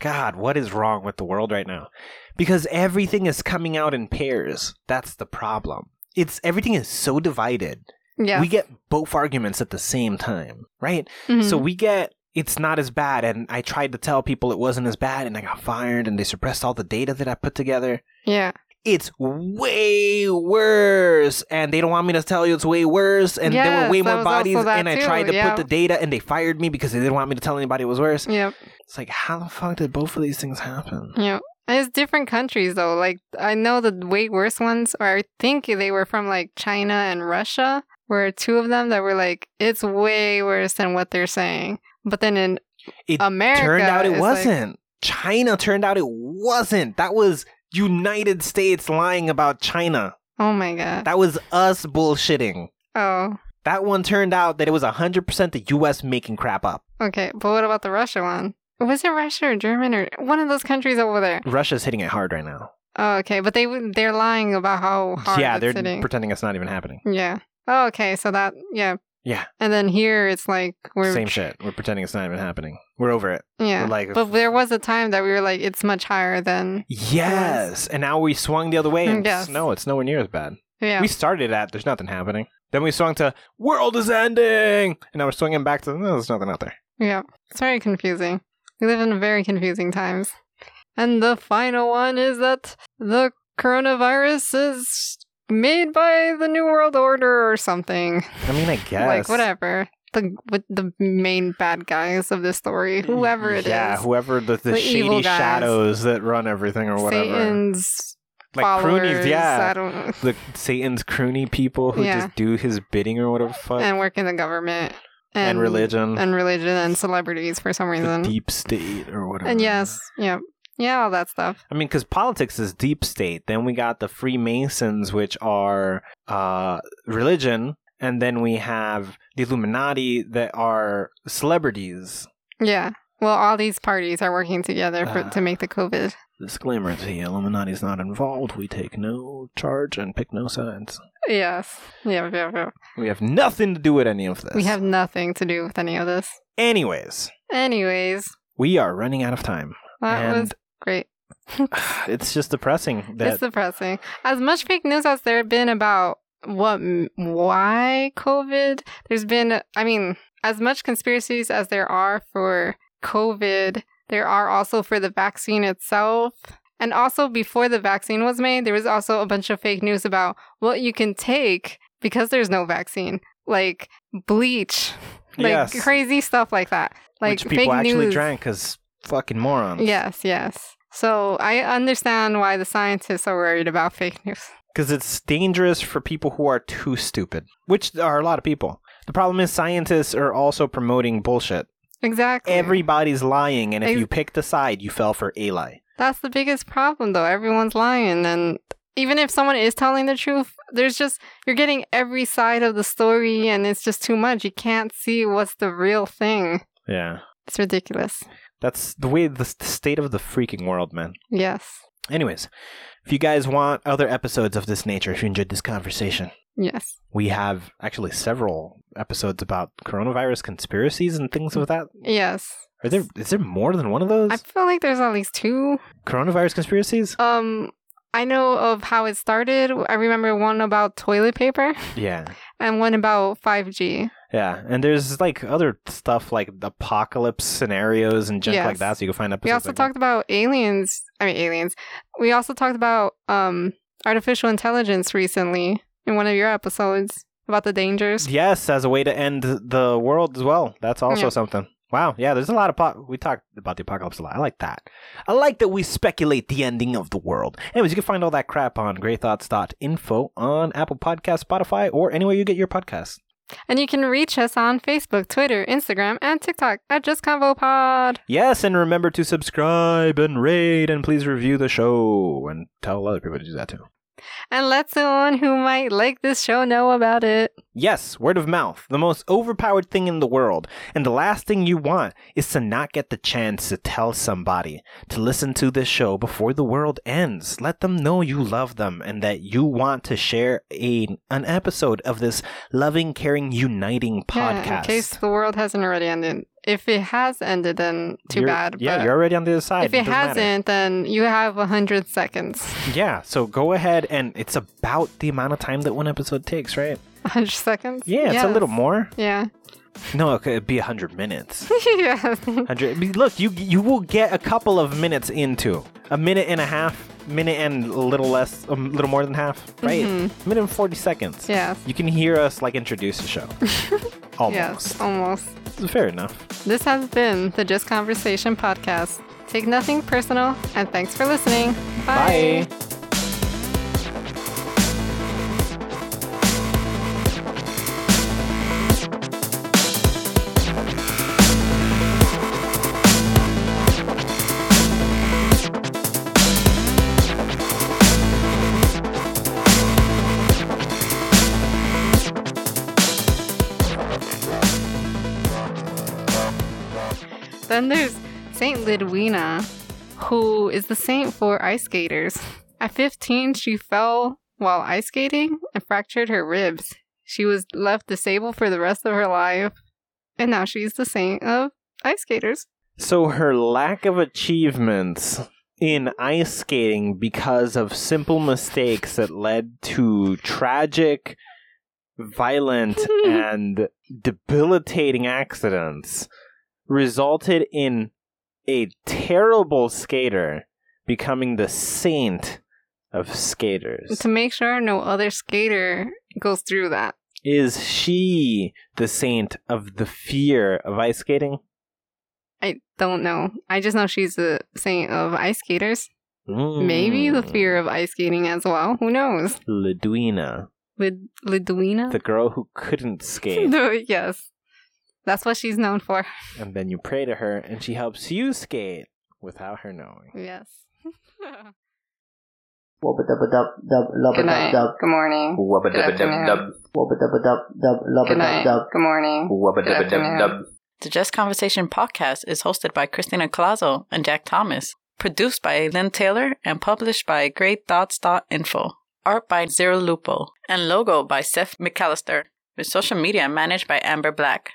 [SPEAKER 2] God, what is wrong with the world right now? Because everything is coming out in pairs. That's the problem. It's everything is so divided.
[SPEAKER 3] yeah.
[SPEAKER 2] We get both arguments at the same time, right?
[SPEAKER 3] Mhm.
[SPEAKER 2] So we get it's not as bad, and I tried to tell people it wasn't as bad, and I got fired, and they suppressed all the data that I put together.
[SPEAKER 3] yeah.
[SPEAKER 2] it's way worse and they don't want me to tell you it's way worse and there
[SPEAKER 3] Yes,
[SPEAKER 2] were way
[SPEAKER 3] that
[SPEAKER 2] more
[SPEAKER 3] was also
[SPEAKER 2] bodies
[SPEAKER 3] that
[SPEAKER 2] and i
[SPEAKER 3] too,
[SPEAKER 2] tried to
[SPEAKER 3] yeah.
[SPEAKER 2] put the data and they fired me because they didn't want me to tell anybody it was worse
[SPEAKER 3] Yep.
[SPEAKER 2] it's like how the fuck did both of these things happen
[SPEAKER 3] Yep. And It's different countries though. Like I know the way worse ones are. I think they were from like China and Russia, were two of them that were like, it's way worse than what they're saying. But then in
[SPEAKER 2] It
[SPEAKER 3] America,
[SPEAKER 2] turned out
[SPEAKER 3] it's
[SPEAKER 2] it
[SPEAKER 3] like-
[SPEAKER 2] wasn't china turned out it wasn't that was united states lying about china
[SPEAKER 3] oh my god.
[SPEAKER 2] that was us bullshitting
[SPEAKER 3] oh,
[SPEAKER 2] that one turned out that it was 100% the us making crap up
[SPEAKER 3] okay. But what about the Russia one? Was it Russia or German or one of those countries over there?
[SPEAKER 2] russia's hitting it hard right now
[SPEAKER 3] Oh, okay. But they they're lying about how hard
[SPEAKER 2] yeah
[SPEAKER 3] it's
[SPEAKER 2] they're
[SPEAKER 3] hitting.
[SPEAKER 2] pretending it's not even happening
[SPEAKER 3] yeah. Oh, okay. So that yeah.
[SPEAKER 2] Yeah.
[SPEAKER 3] And then here it's like we're
[SPEAKER 2] Same shit. We're pretending it's not even happening. We're over it.
[SPEAKER 3] Yeah.
[SPEAKER 2] We're like-
[SPEAKER 3] but there was a time that we were like, it's much higher than
[SPEAKER 2] Yes. And now we swung the other way and
[SPEAKER 3] Yes.
[SPEAKER 2] no, it's nowhere near as bad.
[SPEAKER 3] yeah.
[SPEAKER 2] We started at there's nothing happening. Then we swung to world is ending. And now we're swinging back to no, there's nothing out there.
[SPEAKER 3] Yeah, it's very confusing. We live in very confusing times. And the final one is that the coronavirus is made by the New World Order or something.
[SPEAKER 2] I mean, I guess.
[SPEAKER 3] Like, whatever. The, with the main bad guys of this story, whoever it is,
[SPEAKER 2] Yeah, whoever the, the,
[SPEAKER 3] The evil
[SPEAKER 2] shady
[SPEAKER 3] guys.
[SPEAKER 2] shadows that run everything or whatever.
[SPEAKER 3] Satan's
[SPEAKER 2] like
[SPEAKER 3] followers.
[SPEAKER 2] croonies, yeah.
[SPEAKER 3] I don't,
[SPEAKER 2] The Satan's croony people who
[SPEAKER 3] Yeah.
[SPEAKER 2] just do his bidding or whatever the fuck.
[SPEAKER 3] and work in the government.
[SPEAKER 2] And religion.
[SPEAKER 3] And religion and celebrities for some
[SPEAKER 2] the
[SPEAKER 3] reason.
[SPEAKER 2] deep state or whatever.
[SPEAKER 3] and yes, yeah. Yeah, all that stuff.
[SPEAKER 2] I mean, because politics is deep state. Then we got the Freemasons, which are uh, religion, and then we have the Illuminati that are celebrities.
[SPEAKER 3] Yeah. Well, all these parties are working together for,
[SPEAKER 2] Ah.
[SPEAKER 3] to make the COVID.
[SPEAKER 2] Disclaimer: The Illuminati is not involved. We take no charge and pick no sides.
[SPEAKER 3] Yes. Yeah, yeah, yeah.
[SPEAKER 2] We have nothing to do with any of this.
[SPEAKER 3] We have nothing to do with any of this.
[SPEAKER 2] anyways.
[SPEAKER 3] Anyways,
[SPEAKER 2] We are running out of time.
[SPEAKER 3] that was
[SPEAKER 2] and
[SPEAKER 3] great.
[SPEAKER 2] it's just depressing that
[SPEAKER 3] it's depressing. As much fake news as there have been about what, why COVID, there's been, I mean, as much conspiracies as there are for COVID, there are also for the vaccine itself. And also, before the vaccine was made, there was also a bunch of fake news about what you can take because there's no vaccine, like bleach, like
[SPEAKER 2] Yes.
[SPEAKER 3] crazy stuff like that. Like
[SPEAKER 2] which people
[SPEAKER 3] fake
[SPEAKER 2] actually
[SPEAKER 3] news.
[SPEAKER 2] drank is fucking morons.
[SPEAKER 3] Yes, yes. So I understand why the scientists are worried about fake news.
[SPEAKER 2] because it's dangerous for people who are too stupid, which there are a lot of people. The problem is scientists are also promoting bullshit.
[SPEAKER 3] Exactly.
[SPEAKER 2] Everybody's lying, and if
[SPEAKER 3] Ex-
[SPEAKER 2] you pick the side, you fell for a lie.
[SPEAKER 3] That's the biggest problem, though. Everyone's lying, and even if someone is telling the truth, there's just you're getting every side of the story, and it's just too much. You can't see what's the real thing.
[SPEAKER 2] Yeah,
[SPEAKER 3] It's ridiculous.
[SPEAKER 2] that's the way the s- state of the freaking world, man.
[SPEAKER 3] Yes,
[SPEAKER 2] Anyways, if you guys want other episodes of this nature, if you enjoyed this conversation,
[SPEAKER 3] yes,
[SPEAKER 2] we have actually several episodes about coronavirus conspiracies and things of that.
[SPEAKER 3] yes.
[SPEAKER 2] Are there is there more than one of those
[SPEAKER 3] I feel like there's at least two.
[SPEAKER 2] coronavirus conspiracies?
[SPEAKER 3] Um, I know of how it started. I remember one about toilet paper
[SPEAKER 2] Yeah.
[SPEAKER 3] and one about five G.
[SPEAKER 2] Yeah, and there's like other stuff like the apocalypse scenarios and junk like
[SPEAKER 3] Yes.
[SPEAKER 2] that. So you can find episodes.
[SPEAKER 3] We also
[SPEAKER 2] like that.
[SPEAKER 3] talked about aliens. I mean, aliens. We also talked about um artificial intelligence recently in one of your episodes about the dangers.
[SPEAKER 2] Yes, as a way to end the world as well. That's also
[SPEAKER 3] Yeah.
[SPEAKER 2] something. Wow. Yeah, there's a lot of po- we talked about the apocalypse a lot. I like that. I like that we speculate the ending of the world. Anyways, you can find all that crap on greythoughts.info on Apple Podcasts, Spotify, or anywhere you get your podcasts.
[SPEAKER 3] And you can reach us on Facebook, Twitter, Instagram, and TikTok at Just Convo Pod.
[SPEAKER 2] Yes, and remember to subscribe and rate and please review the show and tell other people to do that too.
[SPEAKER 3] And let someone who might like this show know about it.
[SPEAKER 2] Yes, word of mouth, the most overpowered thing in the world. And the last thing you want is to not get the chance to tell somebody to listen to this show before the world ends. Let them know you love them and that you want to share a, an episode of this loving, caring, uniting podcast.
[SPEAKER 3] Yeah, in case the world hasn't already ended. If it has ended, then too
[SPEAKER 2] You're-
[SPEAKER 3] bad.
[SPEAKER 2] Yeah,
[SPEAKER 3] but
[SPEAKER 2] you're already on the other side.
[SPEAKER 3] if it
[SPEAKER 2] doesn't matter.
[SPEAKER 3] hasn't, then you have a hundred seconds.
[SPEAKER 2] Yeah, so go ahead and it's about the amount of time that one episode takes, right?
[SPEAKER 3] A hundred seconds.
[SPEAKER 2] Yeah, it's a little
[SPEAKER 3] Yes.
[SPEAKER 2] more.
[SPEAKER 3] Yeah.
[SPEAKER 2] No, it could be 100 minutes.
[SPEAKER 3] yeah.
[SPEAKER 2] 100 I mean, look you you will get a couple of minutes into a minute and a half minute and a little less a little more than half right
[SPEAKER 3] Mm-hmm.
[SPEAKER 2] minute and 40 seconds
[SPEAKER 3] Yes.
[SPEAKER 2] you can hear us like introduce the show almost
[SPEAKER 3] Yes. Almost.
[SPEAKER 2] fair enough
[SPEAKER 3] This has been the Just Conversation podcast. Take nothing personal, and thanks for listening. Bye.
[SPEAKER 2] bye.
[SPEAKER 3] Then there's Saint Lidwina, who is the saint for ice skaters. At 15, she fell while ice skating and fractured her ribs. She was left disabled for the rest of her life, and now she's the saint of ice skaters.
[SPEAKER 2] So her lack of achievements in ice skating because of simple mistakes that led to tragic, violent, and debilitating accidents resulted in a terrible skater becoming the saint of skaters.
[SPEAKER 3] To make sure no other skater goes through that.
[SPEAKER 2] Is she the saint of the fear of ice skating?
[SPEAKER 3] I don't know. I just know she's the saint of ice skaters. Maybe the
[SPEAKER 2] Mm.
[SPEAKER 3] fear of ice skating as well. Who knows?
[SPEAKER 2] Lidwina.
[SPEAKER 3] Lid- Lidwina?
[SPEAKER 2] the girl who couldn't skate.
[SPEAKER 3] No, yes. That's what she's known for.
[SPEAKER 2] and then you pray to her, and she helps you skate without her knowing.
[SPEAKER 3] Yes.
[SPEAKER 5] Wubba dubba dub dub lubba
[SPEAKER 3] Good night.
[SPEAKER 5] dub dub.
[SPEAKER 3] Good morning.
[SPEAKER 4] Wubba
[SPEAKER 3] Good
[SPEAKER 4] dubba dub dub.
[SPEAKER 3] afternoon.
[SPEAKER 5] Wubba dubba dub dub
[SPEAKER 3] Good
[SPEAKER 5] lubba dub
[SPEAKER 3] night.
[SPEAKER 5] dub.
[SPEAKER 3] Good morning.
[SPEAKER 4] Wubba
[SPEAKER 3] Good
[SPEAKER 4] dubba dub
[SPEAKER 3] afternoon.
[SPEAKER 4] dub.
[SPEAKER 1] The Just Conversation podcast is hosted by Christina Colazo and Jack Thomas, produced by Lynn Taylor, and published by GreatThoughts.info. Art by Zero Lupo, and logo by Seth McAllister, with social media managed by Amber Black.